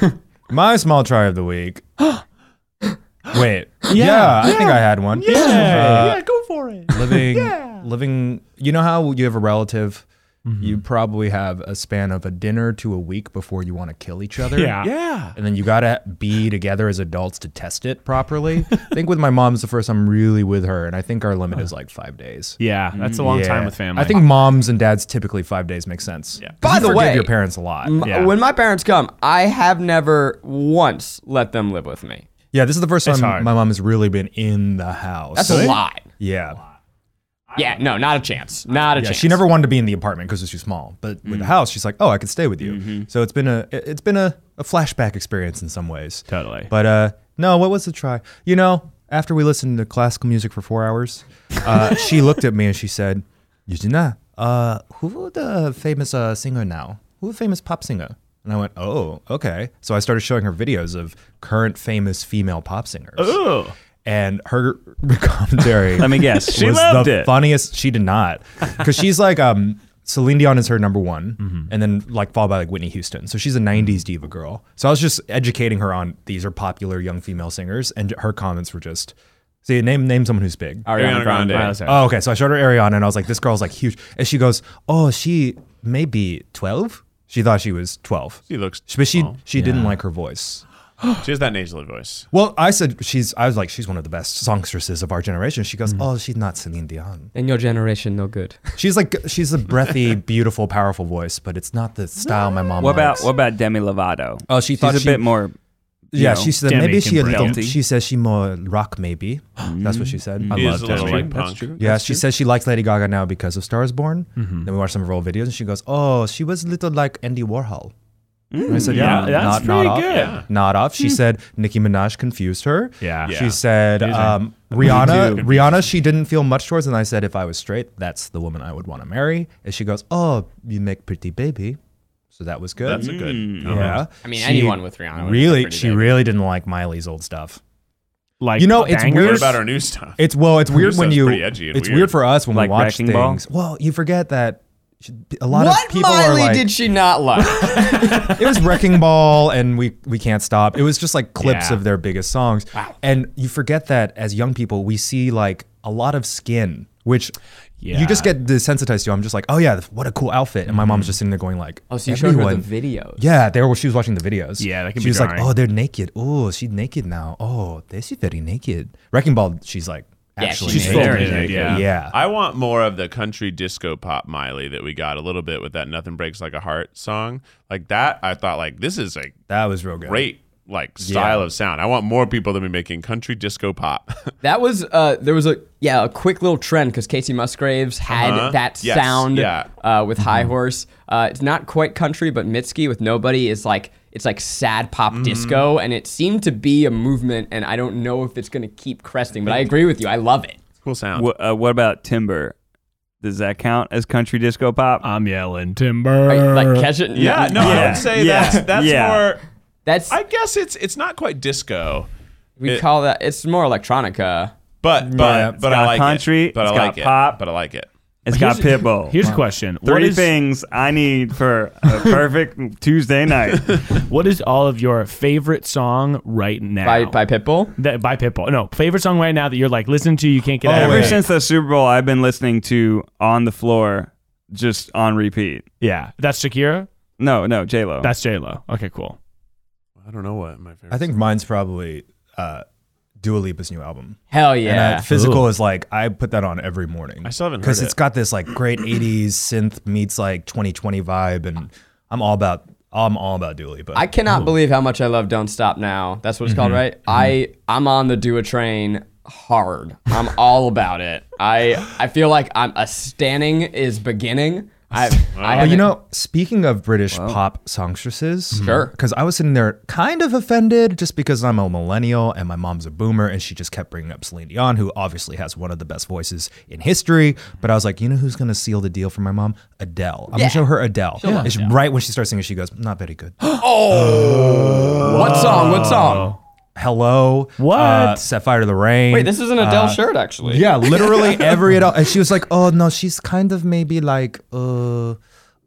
Speaker 7: my small try of the week. Wait, yeah, I think I had one. Uh, Yeah, yeah, go for it. Living, living. You know how you have a relative.
Speaker 5: Mm-hmm.
Speaker 7: You probably have a span of a dinner to a week before you want to kill each other
Speaker 5: Yeah.
Speaker 2: Yeah.
Speaker 7: and then you gotta be together as adults to test it properly. I think with my mom is the first I'm really with her, and I think our limit is like five days.
Speaker 5: Yeah, that's a long
Speaker 7: Yeah.
Speaker 5: time with family.
Speaker 7: I think moms and dads typically five days makes sense. Yeah.
Speaker 6: By
Speaker 7: you
Speaker 6: the
Speaker 7: forgive
Speaker 6: way-
Speaker 7: your parents a lot.
Speaker 6: M-
Speaker 5: Yeah.
Speaker 6: When my parents come, I have never once let them live with me.
Speaker 7: Yeah, this is the first time
Speaker 5: hard.
Speaker 7: my mom has really been in the house.
Speaker 6: That's a lie.
Speaker 7: Yeah,
Speaker 6: Yeah, no, not a chance. Not a
Speaker 7: yeah.
Speaker 6: chance.
Speaker 7: She never wanted to be in the apartment because it's too small. But
Speaker 4: Mm-hmm.
Speaker 7: with the house, she's like, "Oh, I could stay with you." So it's been a it- it's been a, a flashback experience in some ways.
Speaker 5: Totally.
Speaker 7: But uh, no, what was the try? You know, after we listened to classical music for four hours, uh, she looked at me and she said, "Yuzina, uh, who the famous uh, singer now? Who the famous pop singer?" And I went, "Oh, okay." So I started showing her videos of current famous female pop singers.
Speaker 5: Ooh.
Speaker 7: And her commentary.
Speaker 4: Oh. Let me guess. She
Speaker 7: was
Speaker 4: loved
Speaker 7: the
Speaker 4: it.
Speaker 7: funniest. She did not, because she's like um Celine Dion is her number one, and then like followed by like Whitney Houston. So she's a '90s diva girl. So I was just educating her on these are popular young female singers, and her comments were just, see, name name someone who's big.
Speaker 2: Ariana Grande.
Speaker 7: Oh, okay. So I showed her Ariana, and I was like, this girl's like huge, and she goes, oh, she maybe 12. She thought she was 12.
Speaker 2: She looks.
Speaker 7: But she
Speaker 2: small.
Speaker 7: she didn't like her voice.
Speaker 2: She has that nasally voice.
Speaker 7: Well, I said she's. I was like, she's one of the best songstresses of our generation. She goes, oh, she's not Celine Dion.
Speaker 6: In your generation, no good.
Speaker 7: She's like she's a breathy, beautiful, powerful voice, but it's not the style my mom.
Speaker 4: What about
Speaker 7: likes.
Speaker 4: what about Demi Lovato?
Speaker 7: Oh, she
Speaker 4: she's
Speaker 7: thought
Speaker 4: a
Speaker 7: she-
Speaker 4: bit more you
Speaker 7: Yeah,
Speaker 4: know,
Speaker 7: she said
Speaker 5: Demi
Speaker 7: maybe she a
Speaker 5: can
Speaker 7: little,
Speaker 4: break it.
Speaker 7: she says she more rock maybe. That's what she said.
Speaker 2: He is a
Speaker 4: That's
Speaker 2: little
Speaker 4: true.
Speaker 2: like
Speaker 4: That's
Speaker 2: punk.
Speaker 4: true.
Speaker 7: yeah,
Speaker 4: That's
Speaker 7: she
Speaker 4: true.
Speaker 7: says she likes Lady Gaga now because of Stars Born. Then we watched some of her old videos and she goes, "Oh, she was a little like Andy Warhol." And I said,
Speaker 5: Mm, yeah,
Speaker 7: "No,
Speaker 5: that's
Speaker 7: not, not
Speaker 5: pretty
Speaker 7: off.
Speaker 5: good. Yeah.
Speaker 7: Not off." She said Nicki Minaj confused her.
Speaker 5: Yeah.
Speaker 7: She said um, Rihanna. Rihanna, she didn't feel much towards, and I said, "If I was straight, that's the woman I would want to marry." And she goes, "Oh, you make pretty baby." So that was good.
Speaker 2: That's a good.
Speaker 5: Hmm.
Speaker 7: yeah.
Speaker 6: I mean,
Speaker 7: She
Speaker 6: anyone with Rihanna. would be
Speaker 7: Really,
Speaker 6: pretty
Speaker 7: she
Speaker 6: big.
Speaker 7: really didn't like Miley's old stuff.
Speaker 5: Like
Speaker 7: You know, it's
Speaker 5: bangers?
Speaker 2: What
Speaker 7: weird
Speaker 2: about our new stuff?
Speaker 7: It's well, it's weird
Speaker 2: Produce
Speaker 7: when
Speaker 2: that's
Speaker 7: you.
Speaker 2: pretty edgy and
Speaker 7: it's
Speaker 2: weird.
Speaker 7: weird. for us when
Speaker 4: Like
Speaker 7: we watch
Speaker 4: Wrecking Ball?
Speaker 7: things. Well, you forget that sh- a lot
Speaker 6: What
Speaker 7: of people
Speaker 6: Miley
Speaker 7: are like.
Speaker 6: did she not like?
Speaker 7: it was Wrecking Ball, and we we can't stop. It was just like clips
Speaker 5: Yeah.
Speaker 7: of their biggest songs. Wow. And you forget that as young people, we see like a lot of skin, which. You just
Speaker 5: Yeah.
Speaker 7: get desensitized to. I'm just like, oh yeah, what a cool outfit. And my mom's just sitting there going like,
Speaker 6: Mm-hmm. oh, so you showed her the
Speaker 7: everyone-
Speaker 6: videos.
Speaker 7: yeah, they were. She was watching the videos.
Speaker 5: Yeah, that can
Speaker 7: she
Speaker 5: be
Speaker 7: was like,
Speaker 5: jarring.
Speaker 7: "Oh, they're naked. Oh, she's naked now. Oh, this is very naked." Wrecking Ball. She's like,
Speaker 6: Yeah,
Speaker 7: actually,
Speaker 6: she's
Speaker 7: naked.
Speaker 5: very
Speaker 2: naked.
Speaker 5: Yeah.
Speaker 7: yeah.
Speaker 2: I want more of the country disco pop Miley that we got a little bit with that "Nothing Breaks Like a Heart" song. Like that, I thought like this is a
Speaker 7: That was real good.
Speaker 2: great like style of sound. I want more people to be making country disco pop.
Speaker 6: That was uh, there was a yeah a quick little trend because Casey Musgraves had
Speaker 2: Uh-huh.
Speaker 6: that
Speaker 2: Yes,
Speaker 6: sound
Speaker 2: yeah.
Speaker 6: uh, with High Horse. Uh, it's not quite country, but Mitski with Nobody is like it's like sad pop disco, and it seemed to be a movement. And I don't know if it's going to keep cresting, but I agree with you. I love it.
Speaker 2: cool sound.
Speaker 4: Wha- uh, what about Timber? Does that count as country disco
Speaker 7: Uh,
Speaker 4: pop?
Speaker 5: I'm yelling timber.
Speaker 6: Are
Speaker 1: Uh,
Speaker 6: you, like catch it.
Speaker 2: yeah, no, I
Speaker 4: Yeah.
Speaker 2: would say
Speaker 4: Yeah.
Speaker 2: that's that's
Speaker 4: Yeah.
Speaker 2: more.
Speaker 6: that's
Speaker 2: I guess it's it's not quite disco,
Speaker 6: we
Speaker 2: it-
Speaker 6: call that. It's more electronica.
Speaker 2: but but but
Speaker 4: got
Speaker 2: I like
Speaker 4: country,
Speaker 2: It. But
Speaker 4: it's
Speaker 2: I
Speaker 4: got
Speaker 2: like
Speaker 4: pop.
Speaker 2: it. But I like it.
Speaker 4: It's got Pitbull.
Speaker 6: uh,
Speaker 5: Here's a question. What
Speaker 4: Three
Speaker 5: is,
Speaker 4: things I need for a perfect Tuesday night.
Speaker 6: Oh,
Speaker 5: What is all of your favorite song right now?
Speaker 6: By, by Pitbull,
Speaker 5: that, by Pitbull. No, favorite song right now that you're like listening to, you can't get out
Speaker 4: Oh, Ever
Speaker 5: of it.
Speaker 4: since the Super Bowl, I've been listening to On the Floor just on repeat.
Speaker 5: Yeah, that's Shakira.
Speaker 4: No, no, J Lo.
Speaker 5: That's J Lo. Okay, cool.
Speaker 2: I don't know what my favorite.
Speaker 7: I think mine's probably uh, Dua Lipa's new album.
Speaker 6: hell
Speaker 7: And,
Speaker 6: yeah.
Speaker 7: uh, physical is like I put that on every morning.
Speaker 2: I still haven't heard
Speaker 7: because
Speaker 2: it.
Speaker 7: it's got this like great '80s synth meets like 2020 vibe, and I'm all about I'm all about Dua Lipa.
Speaker 6: I cannot believe how much I love Don't Stop Now. That's what it's called, right?
Speaker 7: Mm-hmm.
Speaker 6: I I'm on the Dua train hard. I'm all about it. I I feel like I'm a standing is beginning. I I
Speaker 7: Oh,
Speaker 6: have
Speaker 7: you know, speaking of British pop songstresses,
Speaker 6: Sure.
Speaker 7: because I was sitting there kind of offended just because I'm a millennial and my mom's a boomer, and she just kept bringing up Celine Dion, who obviously has one of the best voices in history. But I was like, you know who's going to seal the deal for my mom? Adele. I'm
Speaker 6: Yeah.
Speaker 7: going to show her Adele. And she- right when she starts singing, she goes, not very good.
Speaker 6: what song? What song?
Speaker 7: Hello.
Speaker 5: What?
Speaker 7: uh, Set Fire to the Rain.
Speaker 6: Wait, this is an Adele shirt actually.
Speaker 7: Uh, Yeah, literally every adult. And she was like, oh, no, she's kind of maybe like uh,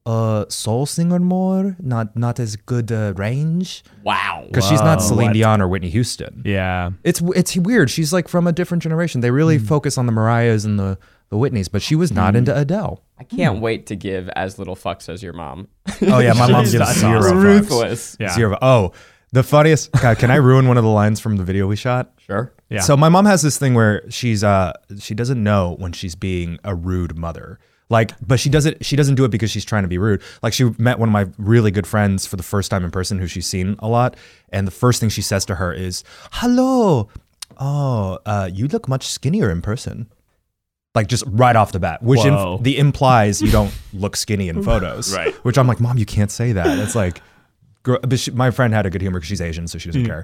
Speaker 7: uh, soul singer more, not not as good uh, range.
Speaker 6: Wow.
Speaker 7: Because she's not Celine Dion or Whitney Houston.
Speaker 5: Yeah.
Speaker 7: It's it's weird. She's like from a different generation. They really focus on the Mariahs and the, the Whitneys, but she was not into Adele.
Speaker 6: I can't wait to give as little fucks as your mom.
Speaker 7: Oh, yeah, my mom
Speaker 6: She's
Speaker 7: gives zero fucks.
Speaker 6: Ruthless.
Speaker 5: Yeah.
Speaker 7: Zero. Oh, the funniest. God, can I ruin one of the lines from the video we shot?
Speaker 6: Sure.
Speaker 5: Yeah.
Speaker 7: So my mom has this thing where she's uh she doesn't know when she's being a rude mother. Like, but she doesn't she doesn't do it because she's trying to be rude. Like she met one of my really good friends for the first time in person who she's seen a lot, and the first thing she says to her is, Hello. Oh, uh, you look much skinnier in person. Like just right off the bat, which
Speaker 5: Whoa.
Speaker 7: inf- the implies you don't look skinny in photos,
Speaker 2: Right.
Speaker 7: Which I'm like, mom, you can't say that. It's like, gr- but she, my friend had a good humor because she's Asian, so she doesn't care.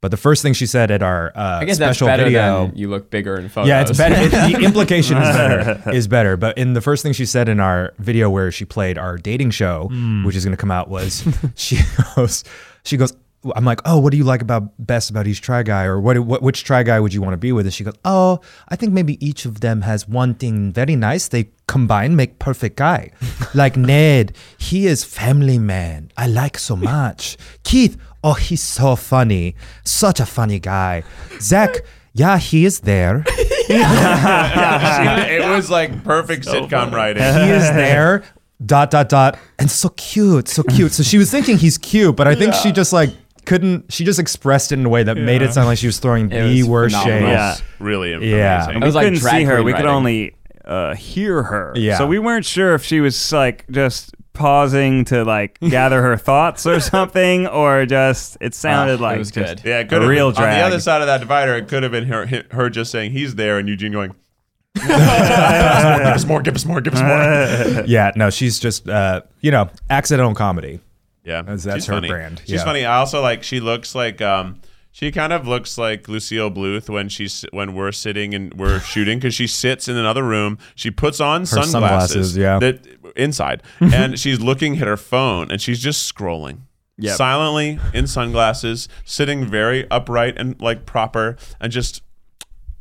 Speaker 7: But the first thing she said at our uh,
Speaker 6: Mm. I guess that's
Speaker 7: special
Speaker 6: better
Speaker 7: video,
Speaker 6: than you look bigger in photos.
Speaker 7: yeah, it's better. It, the implication is better. Is better. But in the first thing she said in our video where she played our dating show, which is going to come out, was she goes, she goes. I'm like, oh, what do you like about best about each try guy, or what, what which try guy would you want to be with? And she goes, oh, I think maybe each of them has one thing very nice. They combine make perfect guy. Like Ned, he is family man. I like so much. Keith, oh, he's so funny, such a funny guy. Zach, yeah, he is there.
Speaker 2: it was like perfect sitcom writing.
Speaker 7: he is there. Dot dot dot, and so cute, so cute. So she was thinking he's cute, but I think she just like couldn't. She just expressed it in a way that made it sound like she was throwing
Speaker 6: It
Speaker 7: the
Speaker 6: was
Speaker 7: worst
Speaker 6: phenomenal.
Speaker 7: shade.
Speaker 4: Yeah.
Speaker 2: Really amazing.
Speaker 7: Yeah.
Speaker 4: And
Speaker 6: It
Speaker 4: we
Speaker 6: was like
Speaker 4: couldn't
Speaker 6: drag
Speaker 4: see her.
Speaker 6: queen
Speaker 4: We could
Speaker 6: writing.
Speaker 4: only uh, hear her.
Speaker 7: Yeah.
Speaker 4: So we weren't sure if she was like just pausing to like gather her thoughts or something, or just it sounded
Speaker 6: Ah, it
Speaker 4: like
Speaker 6: was
Speaker 4: just
Speaker 6: good.
Speaker 2: Yeah, it
Speaker 4: a
Speaker 2: could have
Speaker 4: real
Speaker 2: been, on
Speaker 4: drag.
Speaker 2: the other side of that divider. It could have been her, her just saying he's there, and Eugene going, "Give us more, give us more, give us more."
Speaker 7: yeah, no, she's just uh, you know accidental comedy.
Speaker 2: Yeah,
Speaker 7: That's- that's
Speaker 2: she's
Speaker 7: her
Speaker 2: funny.
Speaker 7: brand,
Speaker 2: She's
Speaker 7: yeah.
Speaker 2: funny. I also like. She looks like. um she kind of looks like Lucille Bluth when she's when we're sitting and we're shooting because she sits in another room. She puts on sunglasses,
Speaker 7: sunglasses, yeah.
Speaker 2: that inside, and she's looking at her phone and she's just scrolling.
Speaker 4: Yep.
Speaker 2: silently in sunglasses, sitting very upright and like proper, and just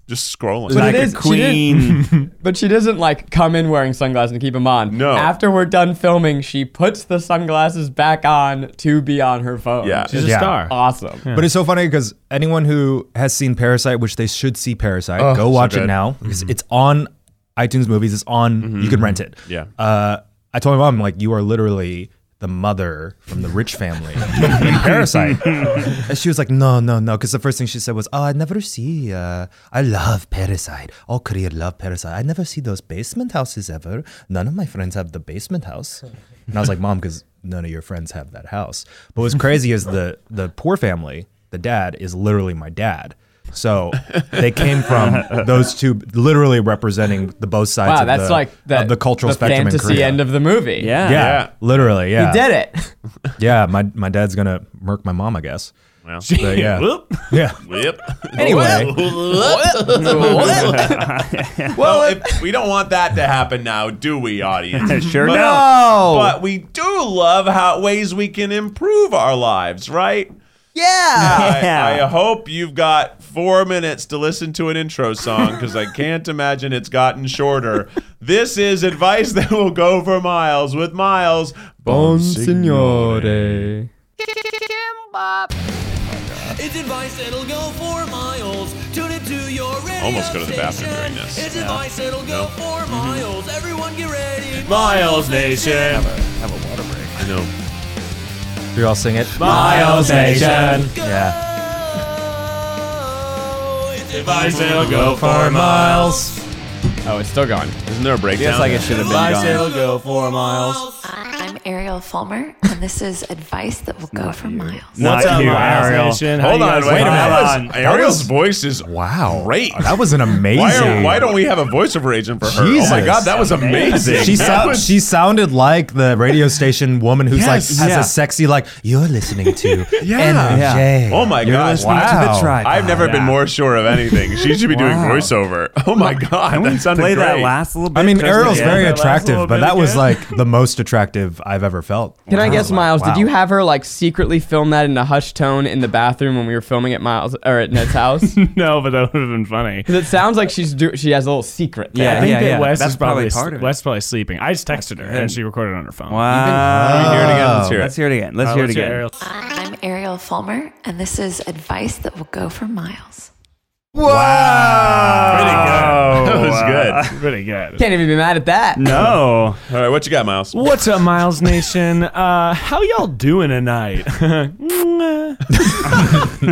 Speaker 2: just scrolling.
Speaker 6: But
Speaker 4: like
Speaker 6: it
Speaker 4: a
Speaker 6: is- she
Speaker 4: queen.
Speaker 6: But she doesn't like come in wearing sunglasses and keep them on.
Speaker 2: No.
Speaker 6: After we're done filming, she puts the sunglasses back on to be on her phone.
Speaker 2: Yeah.
Speaker 6: She's
Speaker 1: She's
Speaker 7: Yeah.
Speaker 1: a star.
Speaker 6: awesome.
Speaker 7: But it's so funny because anyone who has seen Parasite, which they should see Parasite, go watch it
Speaker 2: Oh, good. Mm-hmm.
Speaker 7: now because it's on iTunes Movies. It's on. You can rent it.
Speaker 2: Yeah.
Speaker 7: Uh, I told my mom like you are literally the mother from the rich family in Parasite, and she was like, "No, no, no," because the first thing she said was, "Oh, I never see. Uh, I love Parasite. All Korea love Parasite. I never see those basement houses ever. None of my friends have the basement house." And I was like, "Mom, because none of your friends have that house." But what's crazy is the the poor family. The dad is literally my dad. So they came from those two, literally representing the both sides
Speaker 6: Wow,
Speaker 7: of
Speaker 6: that's
Speaker 7: the,
Speaker 6: like the,
Speaker 7: of the cultural
Speaker 6: the
Speaker 7: spectrum in
Speaker 6: fantasy
Speaker 7: Korea.
Speaker 6: end of the movie.
Speaker 4: yeah.
Speaker 7: yeah, literally, yeah,
Speaker 6: He did it.
Speaker 7: yeah. My my dad's gonna murk my mom, I guess.
Speaker 2: Well.
Speaker 7: But yeah,
Speaker 1: Whoop.
Speaker 7: yeah.
Speaker 2: Yep.
Speaker 7: Anyway,
Speaker 2: well, if, we don't want that to happen now, do we, audience?
Speaker 4: Sure
Speaker 2: But-
Speaker 4: don't.
Speaker 2: But we do love how ways we can improve our lives, right? I, I hope you've got four minutes to listen to an intro song because I can't imagine it's gotten shorter. This is advice that will go for miles with Miles. Bon
Speaker 6: Signore.
Speaker 3: It's advice that'll go for miles. Tune it to your radio
Speaker 2: Almost go to the
Speaker 3: station.
Speaker 2: bathroom during this. Mm-hmm.
Speaker 3: It's advice that'll go for miles. Everyone get ready.
Speaker 2: Miles Nation. Have a, water break. I know.
Speaker 7: we all sing it.
Speaker 1: Miles Nation.
Speaker 3: Go.
Speaker 7: Yeah.
Speaker 3: It's advice that'll go.
Speaker 7: for miles.
Speaker 6: Oh, it's still going.
Speaker 2: Isn't there a breakdown?
Speaker 6: It's like it should have been gone.
Speaker 1: go four miles.
Speaker 8: I'm Ariel Fulmer, and this is advice that will go for miles.
Speaker 4: Not
Speaker 1: What's up,
Speaker 4: you,
Speaker 1: Miles
Speaker 4: Ariel.
Speaker 1: Nation? How
Speaker 2: Hold
Speaker 1: you
Speaker 2: on,
Speaker 1: guys
Speaker 2: wait a minute.
Speaker 1: doing?
Speaker 4: Hold
Speaker 2: That
Speaker 4: on.
Speaker 2: was- Ariel's
Speaker 7: That was-
Speaker 2: voice is
Speaker 7: Wow, Oh,
Speaker 2: Great.
Speaker 7: That was an amazing.
Speaker 2: Why, are, why don't we have a voiceover agent for her? Oh my
Speaker 7: Jesus.
Speaker 2: God, that was amazing.
Speaker 7: She
Speaker 2: That
Speaker 7: sound,
Speaker 2: was-
Speaker 7: she sounded like the radio station woman who's
Speaker 2: Yes.
Speaker 7: like has
Speaker 4: Yeah.
Speaker 7: a sexy like you're listening to
Speaker 2: Yeah.
Speaker 7: NJ.
Speaker 2: Oh my
Speaker 4: You're
Speaker 2: God.
Speaker 4: listening to
Speaker 7: Wow.
Speaker 4: the tribe.
Speaker 2: I've never been
Speaker 4: Yeah.
Speaker 2: more sure of anything. She should be doing
Speaker 4: Wow.
Speaker 2: voiceover. Oh my God,
Speaker 4: Can we
Speaker 2: that sounded
Speaker 4: play
Speaker 2: great.
Speaker 4: that last little bit?
Speaker 7: I mean,
Speaker 4: just
Speaker 7: Ariel's
Speaker 4: again?
Speaker 7: very
Speaker 4: That last little
Speaker 7: attractive, but
Speaker 4: bit
Speaker 7: that was
Speaker 4: again?
Speaker 7: like the most attractive I've ever felt.
Speaker 6: Can I guess,
Speaker 7: Wow.
Speaker 6: Miles?
Speaker 7: Wow.
Speaker 6: Did you have her like secretly film that in a hushed tone in the bathroom when we were filming at Miles or at Ned's house? Because
Speaker 1: No, but that would have been funny.
Speaker 6: it sounds like she's do- she has a little secret. there.
Speaker 1: I think
Speaker 4: yeah,
Speaker 1: that
Speaker 4: yeah.
Speaker 1: Wes
Speaker 4: That's
Speaker 1: is probably,
Speaker 4: probably part of it.
Speaker 1: Wes probably sleeping. I just texted her
Speaker 4: good.
Speaker 1: and she recorded on her phone.
Speaker 4: Wow.
Speaker 2: Can we hear it again? Let's hear it.
Speaker 4: Let's hear it again. Let's
Speaker 1: Uh,
Speaker 4: hear it
Speaker 1: let's
Speaker 4: again.
Speaker 1: Ariel.
Speaker 8: I'm Ariel Fulmer, and this is advice that will go for miles.
Speaker 1: Pretty good.
Speaker 2: That was good.
Speaker 1: Pretty good.
Speaker 6: Can't even be mad at that.
Speaker 4: No.
Speaker 2: All right, what you got, Miles?
Speaker 1: What's up, Miles Nation? Uh, how y'all doing tonight?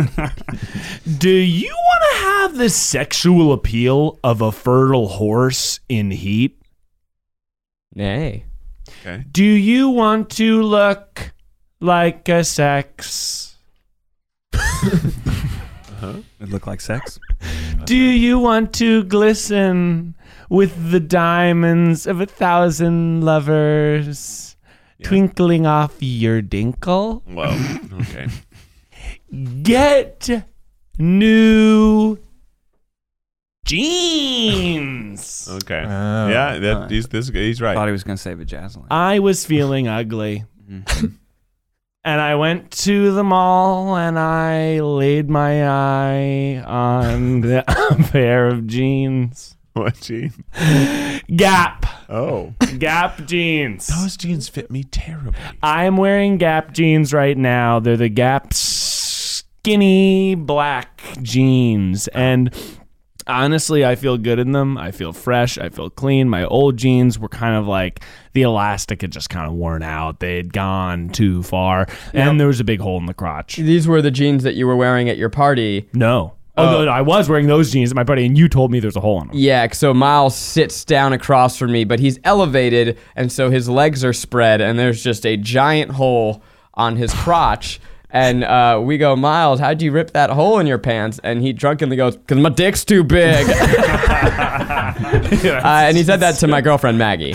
Speaker 1: Do you want to have the sexual appeal of a fertile horse in heat?
Speaker 6: Nay.
Speaker 1: Do you want to look like a sex?
Speaker 4: It looked like sex.
Speaker 1: Do you want to glisten with the diamonds of a thousand lovers twinkling off your dinkle?
Speaker 2: Whoa. Okay.
Speaker 1: get new jeans.
Speaker 2: Okay.
Speaker 7: Oh.
Speaker 2: yeah, that, he's, this, he's
Speaker 4: I thought
Speaker 2: right.
Speaker 4: he was going to say vajazzling.
Speaker 1: I was feeling ugly. and I went to the mall and I laid my eye on the pair of jeans.
Speaker 2: What jeans?
Speaker 1: Gap.
Speaker 2: Oh.
Speaker 1: Gap jeans.
Speaker 2: Those jeans fit me terribly.
Speaker 1: I'm wearing Gap jeans right now. They're the Gap skinny black jeans. And honestly, I feel good in them. I feel fresh. I feel clean. My old jeans were kind of like the elastic had just kind of worn out. They had gone too far. And there was a big hole in the crotch.
Speaker 6: These were the jeans that you were wearing at your party.
Speaker 1: No. Oh, no, no, I was wearing those jeans at my party, and you told me there's a hole in them.
Speaker 6: Yeah, so Miles sits down across from me, but he's elevated, and so his legs are spread, and there's just a giant hole on his crotch. And uh, we go, Miles, how'd you rip that hole in your pants? And he drunkenly goes, Because my dick's too big. uh, and he said that to my girlfriend, Maggie.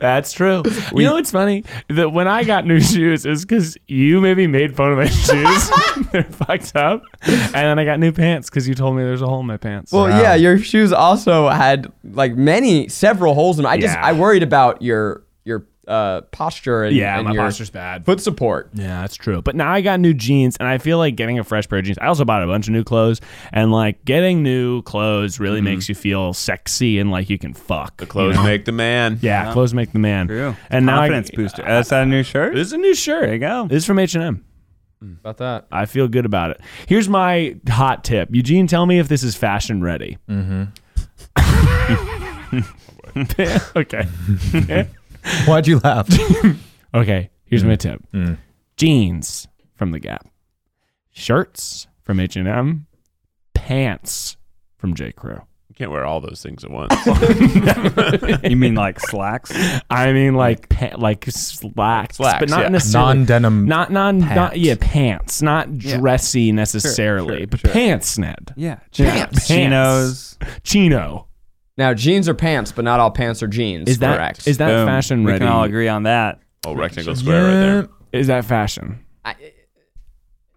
Speaker 1: That's true. you know what's funny? That when I got new shoes, it was because you maybe made fun of my shoes. They're fucked up. And then I got new pants because you told me there's a hole in my pants.
Speaker 6: Well, yeah, your shoes also had like many, several holes in them. I just,
Speaker 1: Yeah.
Speaker 6: I worried about your your uh, posture and,
Speaker 1: yeah,
Speaker 6: and
Speaker 1: my
Speaker 6: your
Speaker 1: posture's bad.
Speaker 6: foot support.
Speaker 1: Yeah, that's true. But now I got new jeans, and I feel like getting a fresh pair of jeans. I also bought a bunch of new clothes, and like getting new clothes really makes you feel sexy and like you can fuck. Mm-hmm. The
Speaker 2: Clothes make the man.
Speaker 1: yeah, clothes make the man.
Speaker 4: True.
Speaker 1: And now
Speaker 4: confidence
Speaker 1: I,
Speaker 4: booster. That's that a new shirt.
Speaker 1: This is a new shirt.
Speaker 4: There you go.
Speaker 1: This is from H and M.
Speaker 6: About that.
Speaker 1: I feel good about it. Here's my hot tip, Eugene. Tell me if this is fashion ready. Mm-hmm. okay.
Speaker 7: Why'd you laugh?
Speaker 1: Okay, here's my tip: jeans from the Gap, shirts from H and M, pants from J Crew.
Speaker 2: You can't wear all those things at once.
Speaker 4: you mean like slacks?
Speaker 1: I mean, like pa- like slacks,
Speaker 2: Slacks,
Speaker 1: but not
Speaker 2: yeah.
Speaker 1: necessarily
Speaker 7: Non-denim.
Speaker 1: not non not
Speaker 7: Pants.
Speaker 1: yeah pants, not dressy necessarily,
Speaker 4: sure,
Speaker 1: but
Speaker 4: sure.
Speaker 1: pants, Ned,
Speaker 4: Yeah, pants. chinos.
Speaker 1: chino.
Speaker 6: Now, jeans are pants, but not all pants are jeans.
Speaker 1: Is that
Speaker 6: correct?
Speaker 1: is that
Speaker 4: Boom.
Speaker 1: fashion
Speaker 4: we
Speaker 1: ready?
Speaker 4: can all agree on that.
Speaker 2: Oh, rectangle square right there.
Speaker 1: Is that fashion?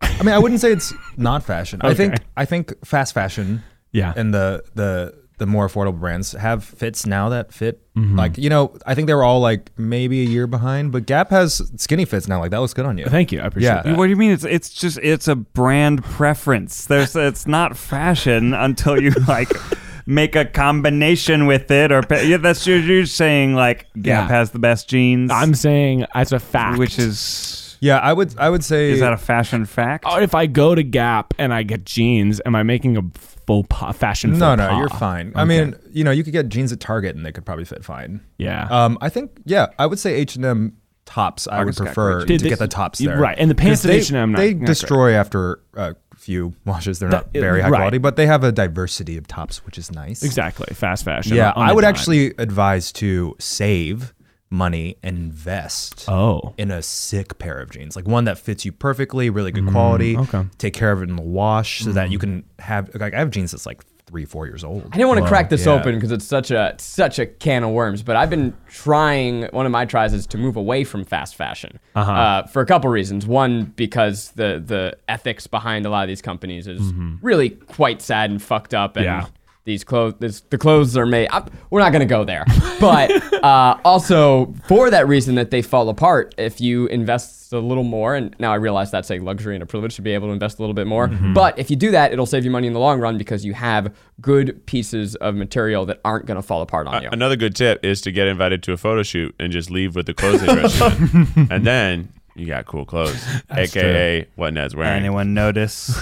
Speaker 7: I mean, I wouldn't say it's not fashion. I think I think fast fashion
Speaker 1: Yeah.
Speaker 7: and the the the more affordable brands have fits now that fit
Speaker 2: Mm-hmm.
Speaker 7: like you know I think they were all like maybe a year behind, but Gap has skinny fits now. Like that looks good on you.
Speaker 1: Thank you, I appreciate
Speaker 7: Yeah.
Speaker 1: that.
Speaker 4: What do you mean? It's it's just it's a brand preference. There's it's not fashion until you like make a combination with it or pa- yeah. That's you're, you're saying like Gap
Speaker 1: Yeah.
Speaker 4: has the best jeans.
Speaker 1: I'm saying that's a fact.
Speaker 4: which is
Speaker 7: Yeah, I would I would say
Speaker 4: is that a fashion fact?
Speaker 7: Oh,
Speaker 1: Or Oh, if I go to Gap and I get jeans, am I making a faux pas fashion?
Speaker 7: no,
Speaker 1: faux
Speaker 7: no,
Speaker 1: pas?
Speaker 7: you're fine. I mean, you know, you could get jeans at Target and they could probably fit fine.
Speaker 1: Yeah.
Speaker 7: Um, I think yeah, I would say H and M tops. I
Speaker 4: Target's
Speaker 7: would
Speaker 4: got
Speaker 7: prefer
Speaker 4: great
Speaker 7: to
Speaker 1: jeans. Did
Speaker 7: get
Speaker 1: they-
Speaker 7: the tops there,
Speaker 1: right, and the pants
Speaker 7: 'Cause
Speaker 1: at
Speaker 7: they-
Speaker 1: H&M not-
Speaker 7: They
Speaker 1: not great.
Speaker 7: destroy after a few washes. They're not
Speaker 1: That-
Speaker 7: very high
Speaker 1: right.
Speaker 7: quality, but they have a diversity of tops, which is nice.
Speaker 1: exactly. Fast fashion.
Speaker 7: Yeah,
Speaker 1: on
Speaker 7: I
Speaker 1: the
Speaker 7: would
Speaker 1: dime.
Speaker 7: actually advise to save money and invest
Speaker 1: Oh,
Speaker 7: in a sick pair of jeans, like one that fits you perfectly, really
Speaker 1: Mm,
Speaker 7: good quality. Okay, take care of it in the wash so that you can have. Like I have jeans that's like three, four years old.
Speaker 6: I didn't want to crack this
Speaker 7: yeah.
Speaker 6: open because it's such a such a can of worms. But I've been trying. One of my tries is to move away from fast fashion
Speaker 1: Uh-huh.
Speaker 6: uh, for a couple reasons. One, because the the ethics behind a lot of these companies is really quite sad and fucked up. And
Speaker 1: Mm-hmm. Yeah.
Speaker 6: these clothes, this, the clothes are made. I, we're not gonna go there. But uh, also for that reason that they fall apart if you invest a little more. And now I realize that's a luxury and a privilege to be able to invest a little bit more.
Speaker 1: Mm-hmm.
Speaker 6: But if you do that, it'll save you money in the long run because you have good pieces of material that aren't gonna fall apart on you.
Speaker 2: A- Another good tip is to get invited to a photo shoot and just leave with the clothes they dress you in. and then you got cool clothes, aka what Ned's wearing.
Speaker 4: Anyone notice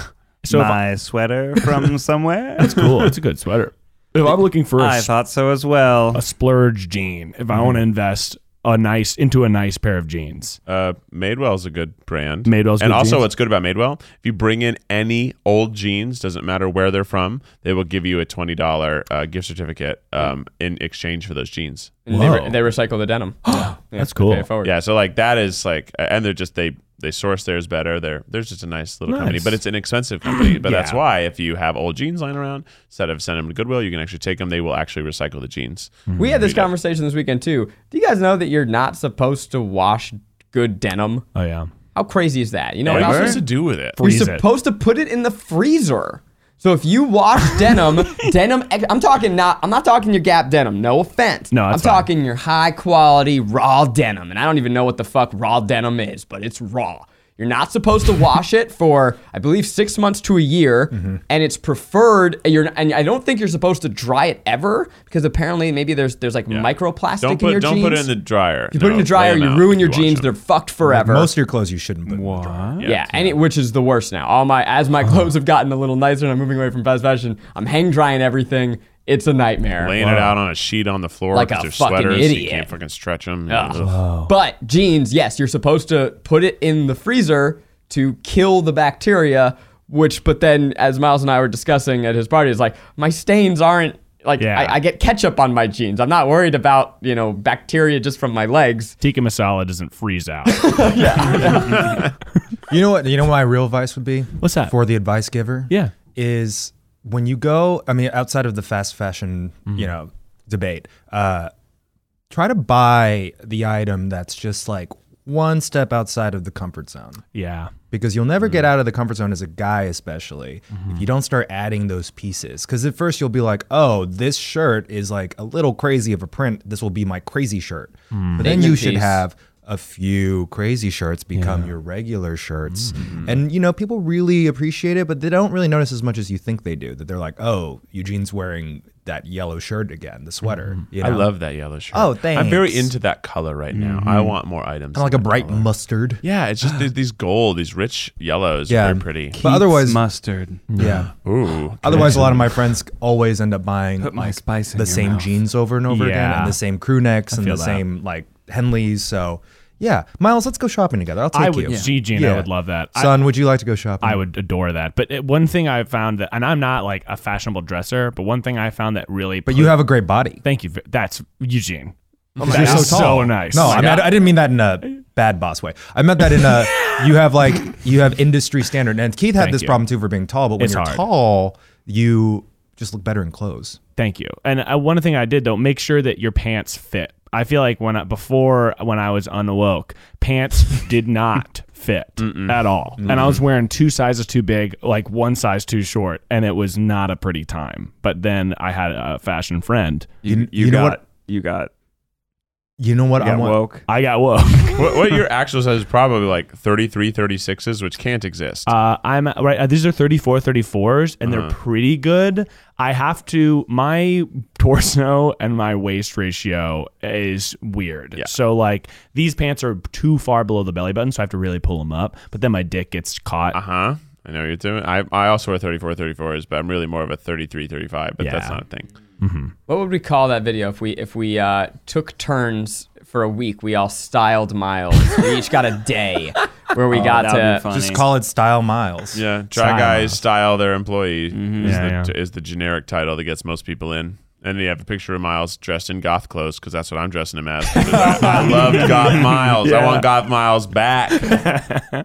Speaker 1: So if I-
Speaker 4: my sweater from somewhere?
Speaker 1: cool. It's a good sweater. If I'm looking for a
Speaker 4: I thought so as well.
Speaker 1: a splurge jean if I
Speaker 7: Mm.
Speaker 1: want to invest a nice into a nice pair of jeans.
Speaker 2: Uh, Madewell's a good brand.
Speaker 1: Madewell's
Speaker 2: and
Speaker 1: good
Speaker 2: also
Speaker 1: jeans.
Speaker 2: what's good about Madewell, if you bring in any old jeans, doesn't matter where they're from, they will give you a twenty dollar uh, gift certificate um, in exchange for those jeans.
Speaker 6: And they, re- they recycle the denim. Yeah,
Speaker 1: That's
Speaker 6: to pay
Speaker 1: cool.
Speaker 6: it forward.
Speaker 2: Yeah, so like that is like, and they're just they they source theirs better. They're they're just a nice little company,
Speaker 1: Nice.
Speaker 2: but it's an expensive company. But that's
Speaker 1: Yeah.
Speaker 2: why if you have old jeans lying around, instead of sending them to Goodwill, you can actually take them. They will actually recycle the jeans.
Speaker 6: We had this conversation this weekend too. Do you guys know that you're not supposed to wash good denim?
Speaker 1: Oh yeah.
Speaker 6: How crazy is that? You know
Speaker 2: What are you
Speaker 6: what else
Speaker 2: supposed
Speaker 6: is
Speaker 2: to do with it?
Speaker 1: Freeze
Speaker 6: You're
Speaker 1: it.
Speaker 6: supposed to put it in the freezer. So if you wash denim, denim, I'm talking not, I'm not talking your Gap denim. No offense.
Speaker 1: No,
Speaker 6: I'm
Speaker 1: that's fine.
Speaker 6: talking your high quality raw denim, and I don't even know what the fuck raw denim is, but it's raw. You're not supposed to wash it for, I believe, six months to a year, and it's preferred. And, you're, and I don't think you're supposed to dry it ever because apparently maybe there's there's like microplastic
Speaker 2: Don't
Speaker 6: in
Speaker 2: put
Speaker 6: your
Speaker 2: don't
Speaker 6: jeans.
Speaker 2: put it in the dryer.
Speaker 6: You put it in the dryer, you ruin your jeans. They're fucked forever.
Speaker 7: Most of your clothes you shouldn't put. in the dryer.
Speaker 6: Yeah, and it, which is the worst now. All my as my clothes have gotten a little nicer and I'm moving away from fast fashion, I'm hang drying everything. It's a nightmare.
Speaker 2: laying it out on a sheet on the floor
Speaker 6: Like
Speaker 2: because
Speaker 6: a
Speaker 2: they're
Speaker 6: fucking
Speaker 2: sweaters. You
Speaker 6: idiot.
Speaker 2: can't fucking stretch them.
Speaker 6: But jeans, yes, you're supposed to put it in the freezer to kill the bacteria, Which, but then, as Miles and I were discussing at his party, is like my stains aren't like
Speaker 1: Yeah.
Speaker 6: I, I get ketchup on my jeans. I'm not worried about you know bacteria just from my legs.
Speaker 1: Tikka masala doesn't freeze out.
Speaker 7: You know what? You know what my real advice would be?
Speaker 1: What's that?
Speaker 7: For the advice giver?
Speaker 1: Yeah.
Speaker 7: Is when you go, I mean, outside of the fast fashion,
Speaker 1: Mm-hmm.
Speaker 7: you know, debate, uh, try to buy the item that's just like one step outside of the comfort zone
Speaker 1: yeah.
Speaker 7: because you'll never
Speaker 2: Mm-hmm.
Speaker 7: get out of the comfort zone as a guy, especially if you don't start adding those pieces. Because at first you'll be like, "Oh, this shirt is like a little crazy of a print. This will be my crazy shirt."
Speaker 2: Mm.
Speaker 7: But then
Speaker 6: Statement
Speaker 7: you should
Speaker 6: piece.
Speaker 7: have a few crazy shirts become your regular shirts,
Speaker 2: Mm.
Speaker 7: and you know people really appreciate it, but they don't really notice as much as you think they do. That they're like, "Oh, Eugene's wearing that yellow shirt again, the sweater." You know?
Speaker 2: Mm-hmm. I love that yellow shirt.
Speaker 7: Oh, thanks.
Speaker 2: I'm very into that color right now. I
Speaker 6: Mm-hmm.
Speaker 2: want more items.
Speaker 7: Kinda like
Speaker 2: in
Speaker 7: a
Speaker 2: that
Speaker 7: bright
Speaker 2: color.
Speaker 7: mustard.
Speaker 2: Yeah, it's just these- these gold, these rich yellows.
Speaker 7: Yeah.
Speaker 2: Very pretty.
Speaker 7: But otherwise,
Speaker 4: mustard.
Speaker 7: yeah.
Speaker 2: Ooh.
Speaker 7: Otherwise, a lot of my friends always end up buying
Speaker 4: Put my
Speaker 7: like,
Speaker 4: spice in
Speaker 7: the
Speaker 4: your
Speaker 7: same
Speaker 4: mouth.
Speaker 7: jeans over and over again,
Speaker 1: Yeah.
Speaker 7: and the same crew necks, and
Speaker 1: feel
Speaker 7: the
Speaker 1: that.
Speaker 7: same like Henleys. So, yeah, Miles, let's go shopping together. I'll take
Speaker 1: I would,
Speaker 7: you,
Speaker 1: Gee, Gene, I
Speaker 7: Yeah.
Speaker 1: would love that. I-
Speaker 7: son. would you like to go shopping?
Speaker 1: I would adore that. But it, one thing I found that, and I'm not like a fashionable dresser, but one thing I found that really.
Speaker 7: But you have a great body.
Speaker 1: Thank you. That's Eugene. Oh
Speaker 7: You're so tall.
Speaker 1: nice. Oh
Speaker 7: No, I, mean, I, I didn't mean that in a bad boss way. I meant that in a you have like you have industry standard. And Keith had
Speaker 1: Thank
Speaker 7: this
Speaker 1: you.
Speaker 7: problem too for being tall. But when
Speaker 1: It's
Speaker 7: you're
Speaker 1: hard.
Speaker 7: tall, you just look better in clothes.
Speaker 1: Thank you. And I, one thing I did though, make sure that your pants fit. I feel like when I, before when I was unwoke, pants did not fit at all, and I was wearing two sizes too big, like one size too short, and it was not a pretty time. But then I had a fashion friend.
Speaker 4: You,
Speaker 7: You-
Speaker 4: you,
Speaker 7: you know
Speaker 4: got
Speaker 7: what-
Speaker 4: you got
Speaker 7: You know what
Speaker 4: you
Speaker 7: I
Speaker 4: got
Speaker 7: want?
Speaker 4: woke.
Speaker 1: I got woke.
Speaker 2: what, what your actual size is probably like 33, 36s, which can't exist.
Speaker 1: Uh, I'm right. uh, These are 34 34s, and
Speaker 2: Uh-huh.
Speaker 1: they're pretty good. I have to. My torso and my waist ratio is weird.
Speaker 2: Yeah.
Speaker 1: So like these pants are too far below the belly button, so I have to really pull them up. But then my dick gets caught.
Speaker 2: Uh huh. I know what you're doing. I, I also wear 34, 34s, but I'm really more of a 33, 35, but that's
Speaker 1: Yeah.
Speaker 2: not a thing.
Speaker 6: What would we call that video if we if we uh, took turns for a week? We all styled Miles. we each got a day where we got to
Speaker 4: That'd Oh, be funny.
Speaker 7: Just call it style Miles.
Speaker 2: Yeah. Uh, Try
Speaker 1: Style. Mm-hmm.
Speaker 2: guys style their employee is,
Speaker 1: Yeah,
Speaker 2: the,
Speaker 1: yeah.
Speaker 2: is the generic title that gets most people in. And you have a picture of Miles dressed in goth clothes because that's what I'm dressing him as. 'Cause I, I loved goth Miles. I want goth Miles back.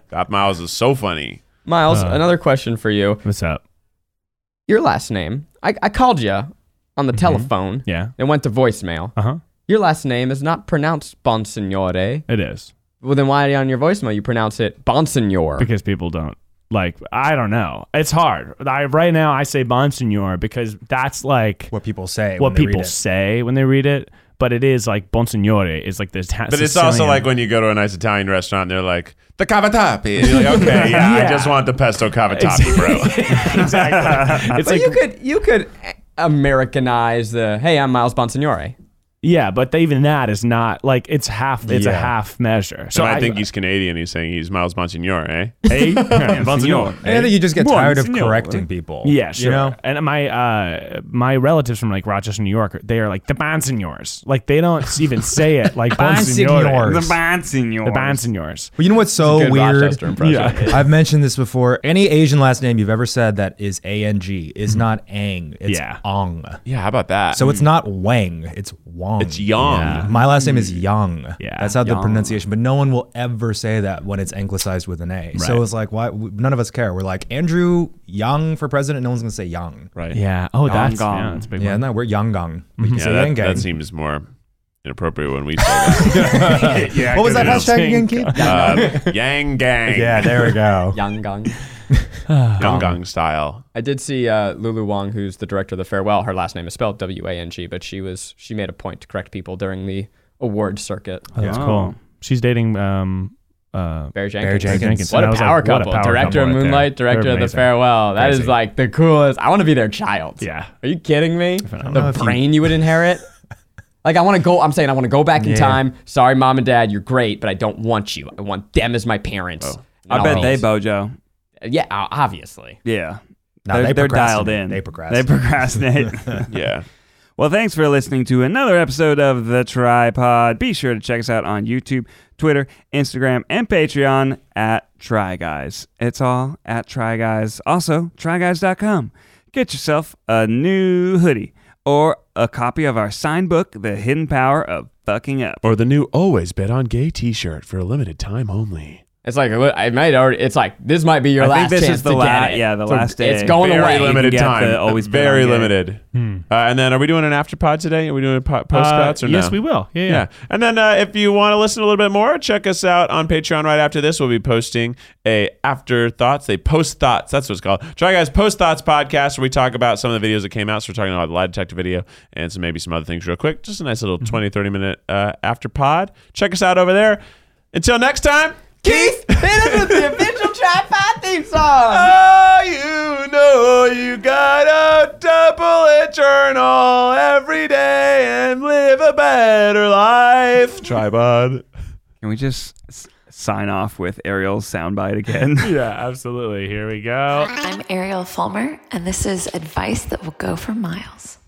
Speaker 2: goth Miles is so funny.
Speaker 6: Miles.
Speaker 1: Uh-huh.
Speaker 6: another question for you.
Speaker 1: What's up?
Speaker 6: Your last name. I, I called you on the telephone.
Speaker 1: Mm-hmm. Yeah.
Speaker 6: It went to voicemail.
Speaker 1: Uh huh.
Speaker 6: Your last name is not pronounced Bonsignore.
Speaker 1: It is
Speaker 6: Well, then why on your voicemail you pronounce it Bonsignor?
Speaker 1: because people don't like. I don't know. It's hard. I right now I say Bonsignor because that's like
Speaker 7: What people say.
Speaker 1: what
Speaker 7: when they read
Speaker 1: people
Speaker 7: it.
Speaker 1: say when they read it. But it is like Bonsignore is like this.
Speaker 2: But it's also like when you go to a nice Italian restaurant and they're like, the cavatappi. And you're like, okay, yeah, I
Speaker 1: Yeah.
Speaker 2: just want the pesto cavatappi, bro.
Speaker 1: exactly. It's
Speaker 6: but
Speaker 1: like
Speaker 6: you could you could eh, Americanize the hey I'm Miles Bonsignore.
Speaker 1: Yeah, but even that is not like it's half. It's a
Speaker 7: Yeah.
Speaker 1: half measure. So
Speaker 2: So I, think he's Canadian. He's saying he's Miles Monsignor, eh?
Speaker 1: hey, Monsignor.
Speaker 7: And I think you just get
Speaker 1: Well,
Speaker 7: tired of
Speaker 1: Monsignor.
Speaker 7: correcting people.
Speaker 1: Yeah, sure.
Speaker 7: You know?
Speaker 1: And my uh, my relatives from like Rochester, New York, they are like the Bonsignors. Like they don't even say it like Bonsignor.
Speaker 7: Bonsignors.
Speaker 4: the Bonsignor.
Speaker 1: The Bonsignors.
Speaker 7: But you know what's so
Speaker 6: Good
Speaker 7: weird?
Speaker 6: Rochester impression.
Speaker 7: I've mentioned this before. Any Asian last name you've ever said that is A N G is not Ang. It's
Speaker 1: Yeah.
Speaker 7: Ong.
Speaker 2: Yeah, how about that?
Speaker 7: So it's not Wang. It's Wong.
Speaker 2: It's Yang. Yeah.
Speaker 7: My last name is Yang.
Speaker 1: Yeah.
Speaker 7: That's how the
Speaker 4: Yang.
Speaker 7: pronunciation. But no one will ever say that when it's anglicized with an A. So it's like why w- none of us care. We're like Andrew Yang for president. No one's gonna say Yang.
Speaker 2: right.
Speaker 1: Yeah. Oh, that's,
Speaker 4: gong.
Speaker 1: yeah, that's a big
Speaker 7: Yeah,
Speaker 1: one.
Speaker 7: no, we're Yang Gang. We can
Speaker 2: Yeah,
Speaker 7: say
Speaker 2: that,
Speaker 7: Yang Gang.
Speaker 2: that seems more inappropriate when we say that.
Speaker 1: Yeah,
Speaker 7: what was that
Speaker 1: because
Speaker 7: hashtag again,
Speaker 1: it's-
Speaker 7: Keith?
Speaker 2: Uh, Yang Gang.
Speaker 7: Yeah, there we go.
Speaker 6: Yang Gang.
Speaker 2: Yang Gang style.
Speaker 6: I did see uh, Lulu Wong, who's the director of the farewell. Her last name is spelled W A N G, but she was she made a point to correct people during the award circuit.
Speaker 1: Oh, that's cool. She's dating um uh
Speaker 6: Barry Jenkins.
Speaker 7: Barry Jenkins.
Speaker 1: Jenkins.
Speaker 6: What
Speaker 1: And I
Speaker 6: a
Speaker 1: was like,
Speaker 6: power
Speaker 1: what a
Speaker 6: couple!
Speaker 1: power
Speaker 6: director
Speaker 1: couple
Speaker 6: of
Speaker 1: right there.
Speaker 6: Moonlight, director
Speaker 1: They're
Speaker 6: of the
Speaker 1: amazing.
Speaker 6: farewell. That is
Speaker 1: Crazy.
Speaker 6: like the coolest. I want to be their child.
Speaker 1: Yeah.
Speaker 6: Are you kidding me?
Speaker 7: know
Speaker 6: The
Speaker 7: if you-
Speaker 6: brain you, would inherit. Like I want to go. I'm saying I want to go back in
Speaker 7: Yeah.
Speaker 6: time. Sorry, mom and dad, you're great, but I don't want you. I want them as my parents. And
Speaker 4: I
Speaker 6: I'll
Speaker 4: bet they
Speaker 6: always-
Speaker 4: Bojo.
Speaker 6: Yeah, o- obviously.
Speaker 4: Yeah.
Speaker 7: No,
Speaker 4: they're,
Speaker 7: they
Speaker 4: they're dialed
Speaker 7: procrastinate.
Speaker 4: in.
Speaker 7: They procrastinate.
Speaker 4: They procrastinate.
Speaker 2: Yeah.
Speaker 4: well, thanks for listening to another episode of The Tripod. Be sure to check us out on YouTube, Twitter, Instagram, and Patreon at Try Guys. It's all at Try Guys. Also, tryguys.com. Get yourself a new hoodie or a copy of our signed book, The Hidden Power of Fucking Up.
Speaker 2: Or the new Always Bet on Gay t shirt for a limited time only.
Speaker 6: It's like I might already. It's like this might be your
Speaker 4: I think
Speaker 6: last
Speaker 4: this
Speaker 6: chance
Speaker 4: is the
Speaker 6: to
Speaker 4: la-
Speaker 6: get it.
Speaker 4: yeah, the
Speaker 6: It's
Speaker 4: last
Speaker 6: It's
Speaker 4: day.
Speaker 6: going
Speaker 4: Very
Speaker 6: away.
Speaker 4: You can
Speaker 2: Limited
Speaker 4: get
Speaker 2: time.
Speaker 4: the Always Bet
Speaker 2: Very
Speaker 4: on Gay. Hmm.
Speaker 2: limited. Uh, and then are we doing an after pod today? Are we doing a po- post
Speaker 1: Uh,
Speaker 2: spots or
Speaker 1: yes,
Speaker 2: no?
Speaker 1: we will. Yeah, yeah.
Speaker 2: Yeah. And then uh, if you want to listen a little bit more, check us out on Patreon right after this. We'll be posting a after thoughts. They post thoughts. That's what it's called. Try guys post thoughts podcast where we talk about some of the videos that came out. So we're talking about the lie detector video and some maybe some other things real quick. Just a nice
Speaker 4: Mm-hmm.
Speaker 2: little 20, 30 minute uh, after pod. Check us out over there. Until next time, Keith.
Speaker 6: Hit us with the official tripod theme song.
Speaker 2: Oh, you know you gotta double a journal every day and live a better life. Tripod.
Speaker 4: Can we just s- sign off with Ariel's soundbite again?
Speaker 1: Yeah, absolutely. Here we go.
Speaker 8: I'm Ariel Fulmer, and this is advice that will go for miles.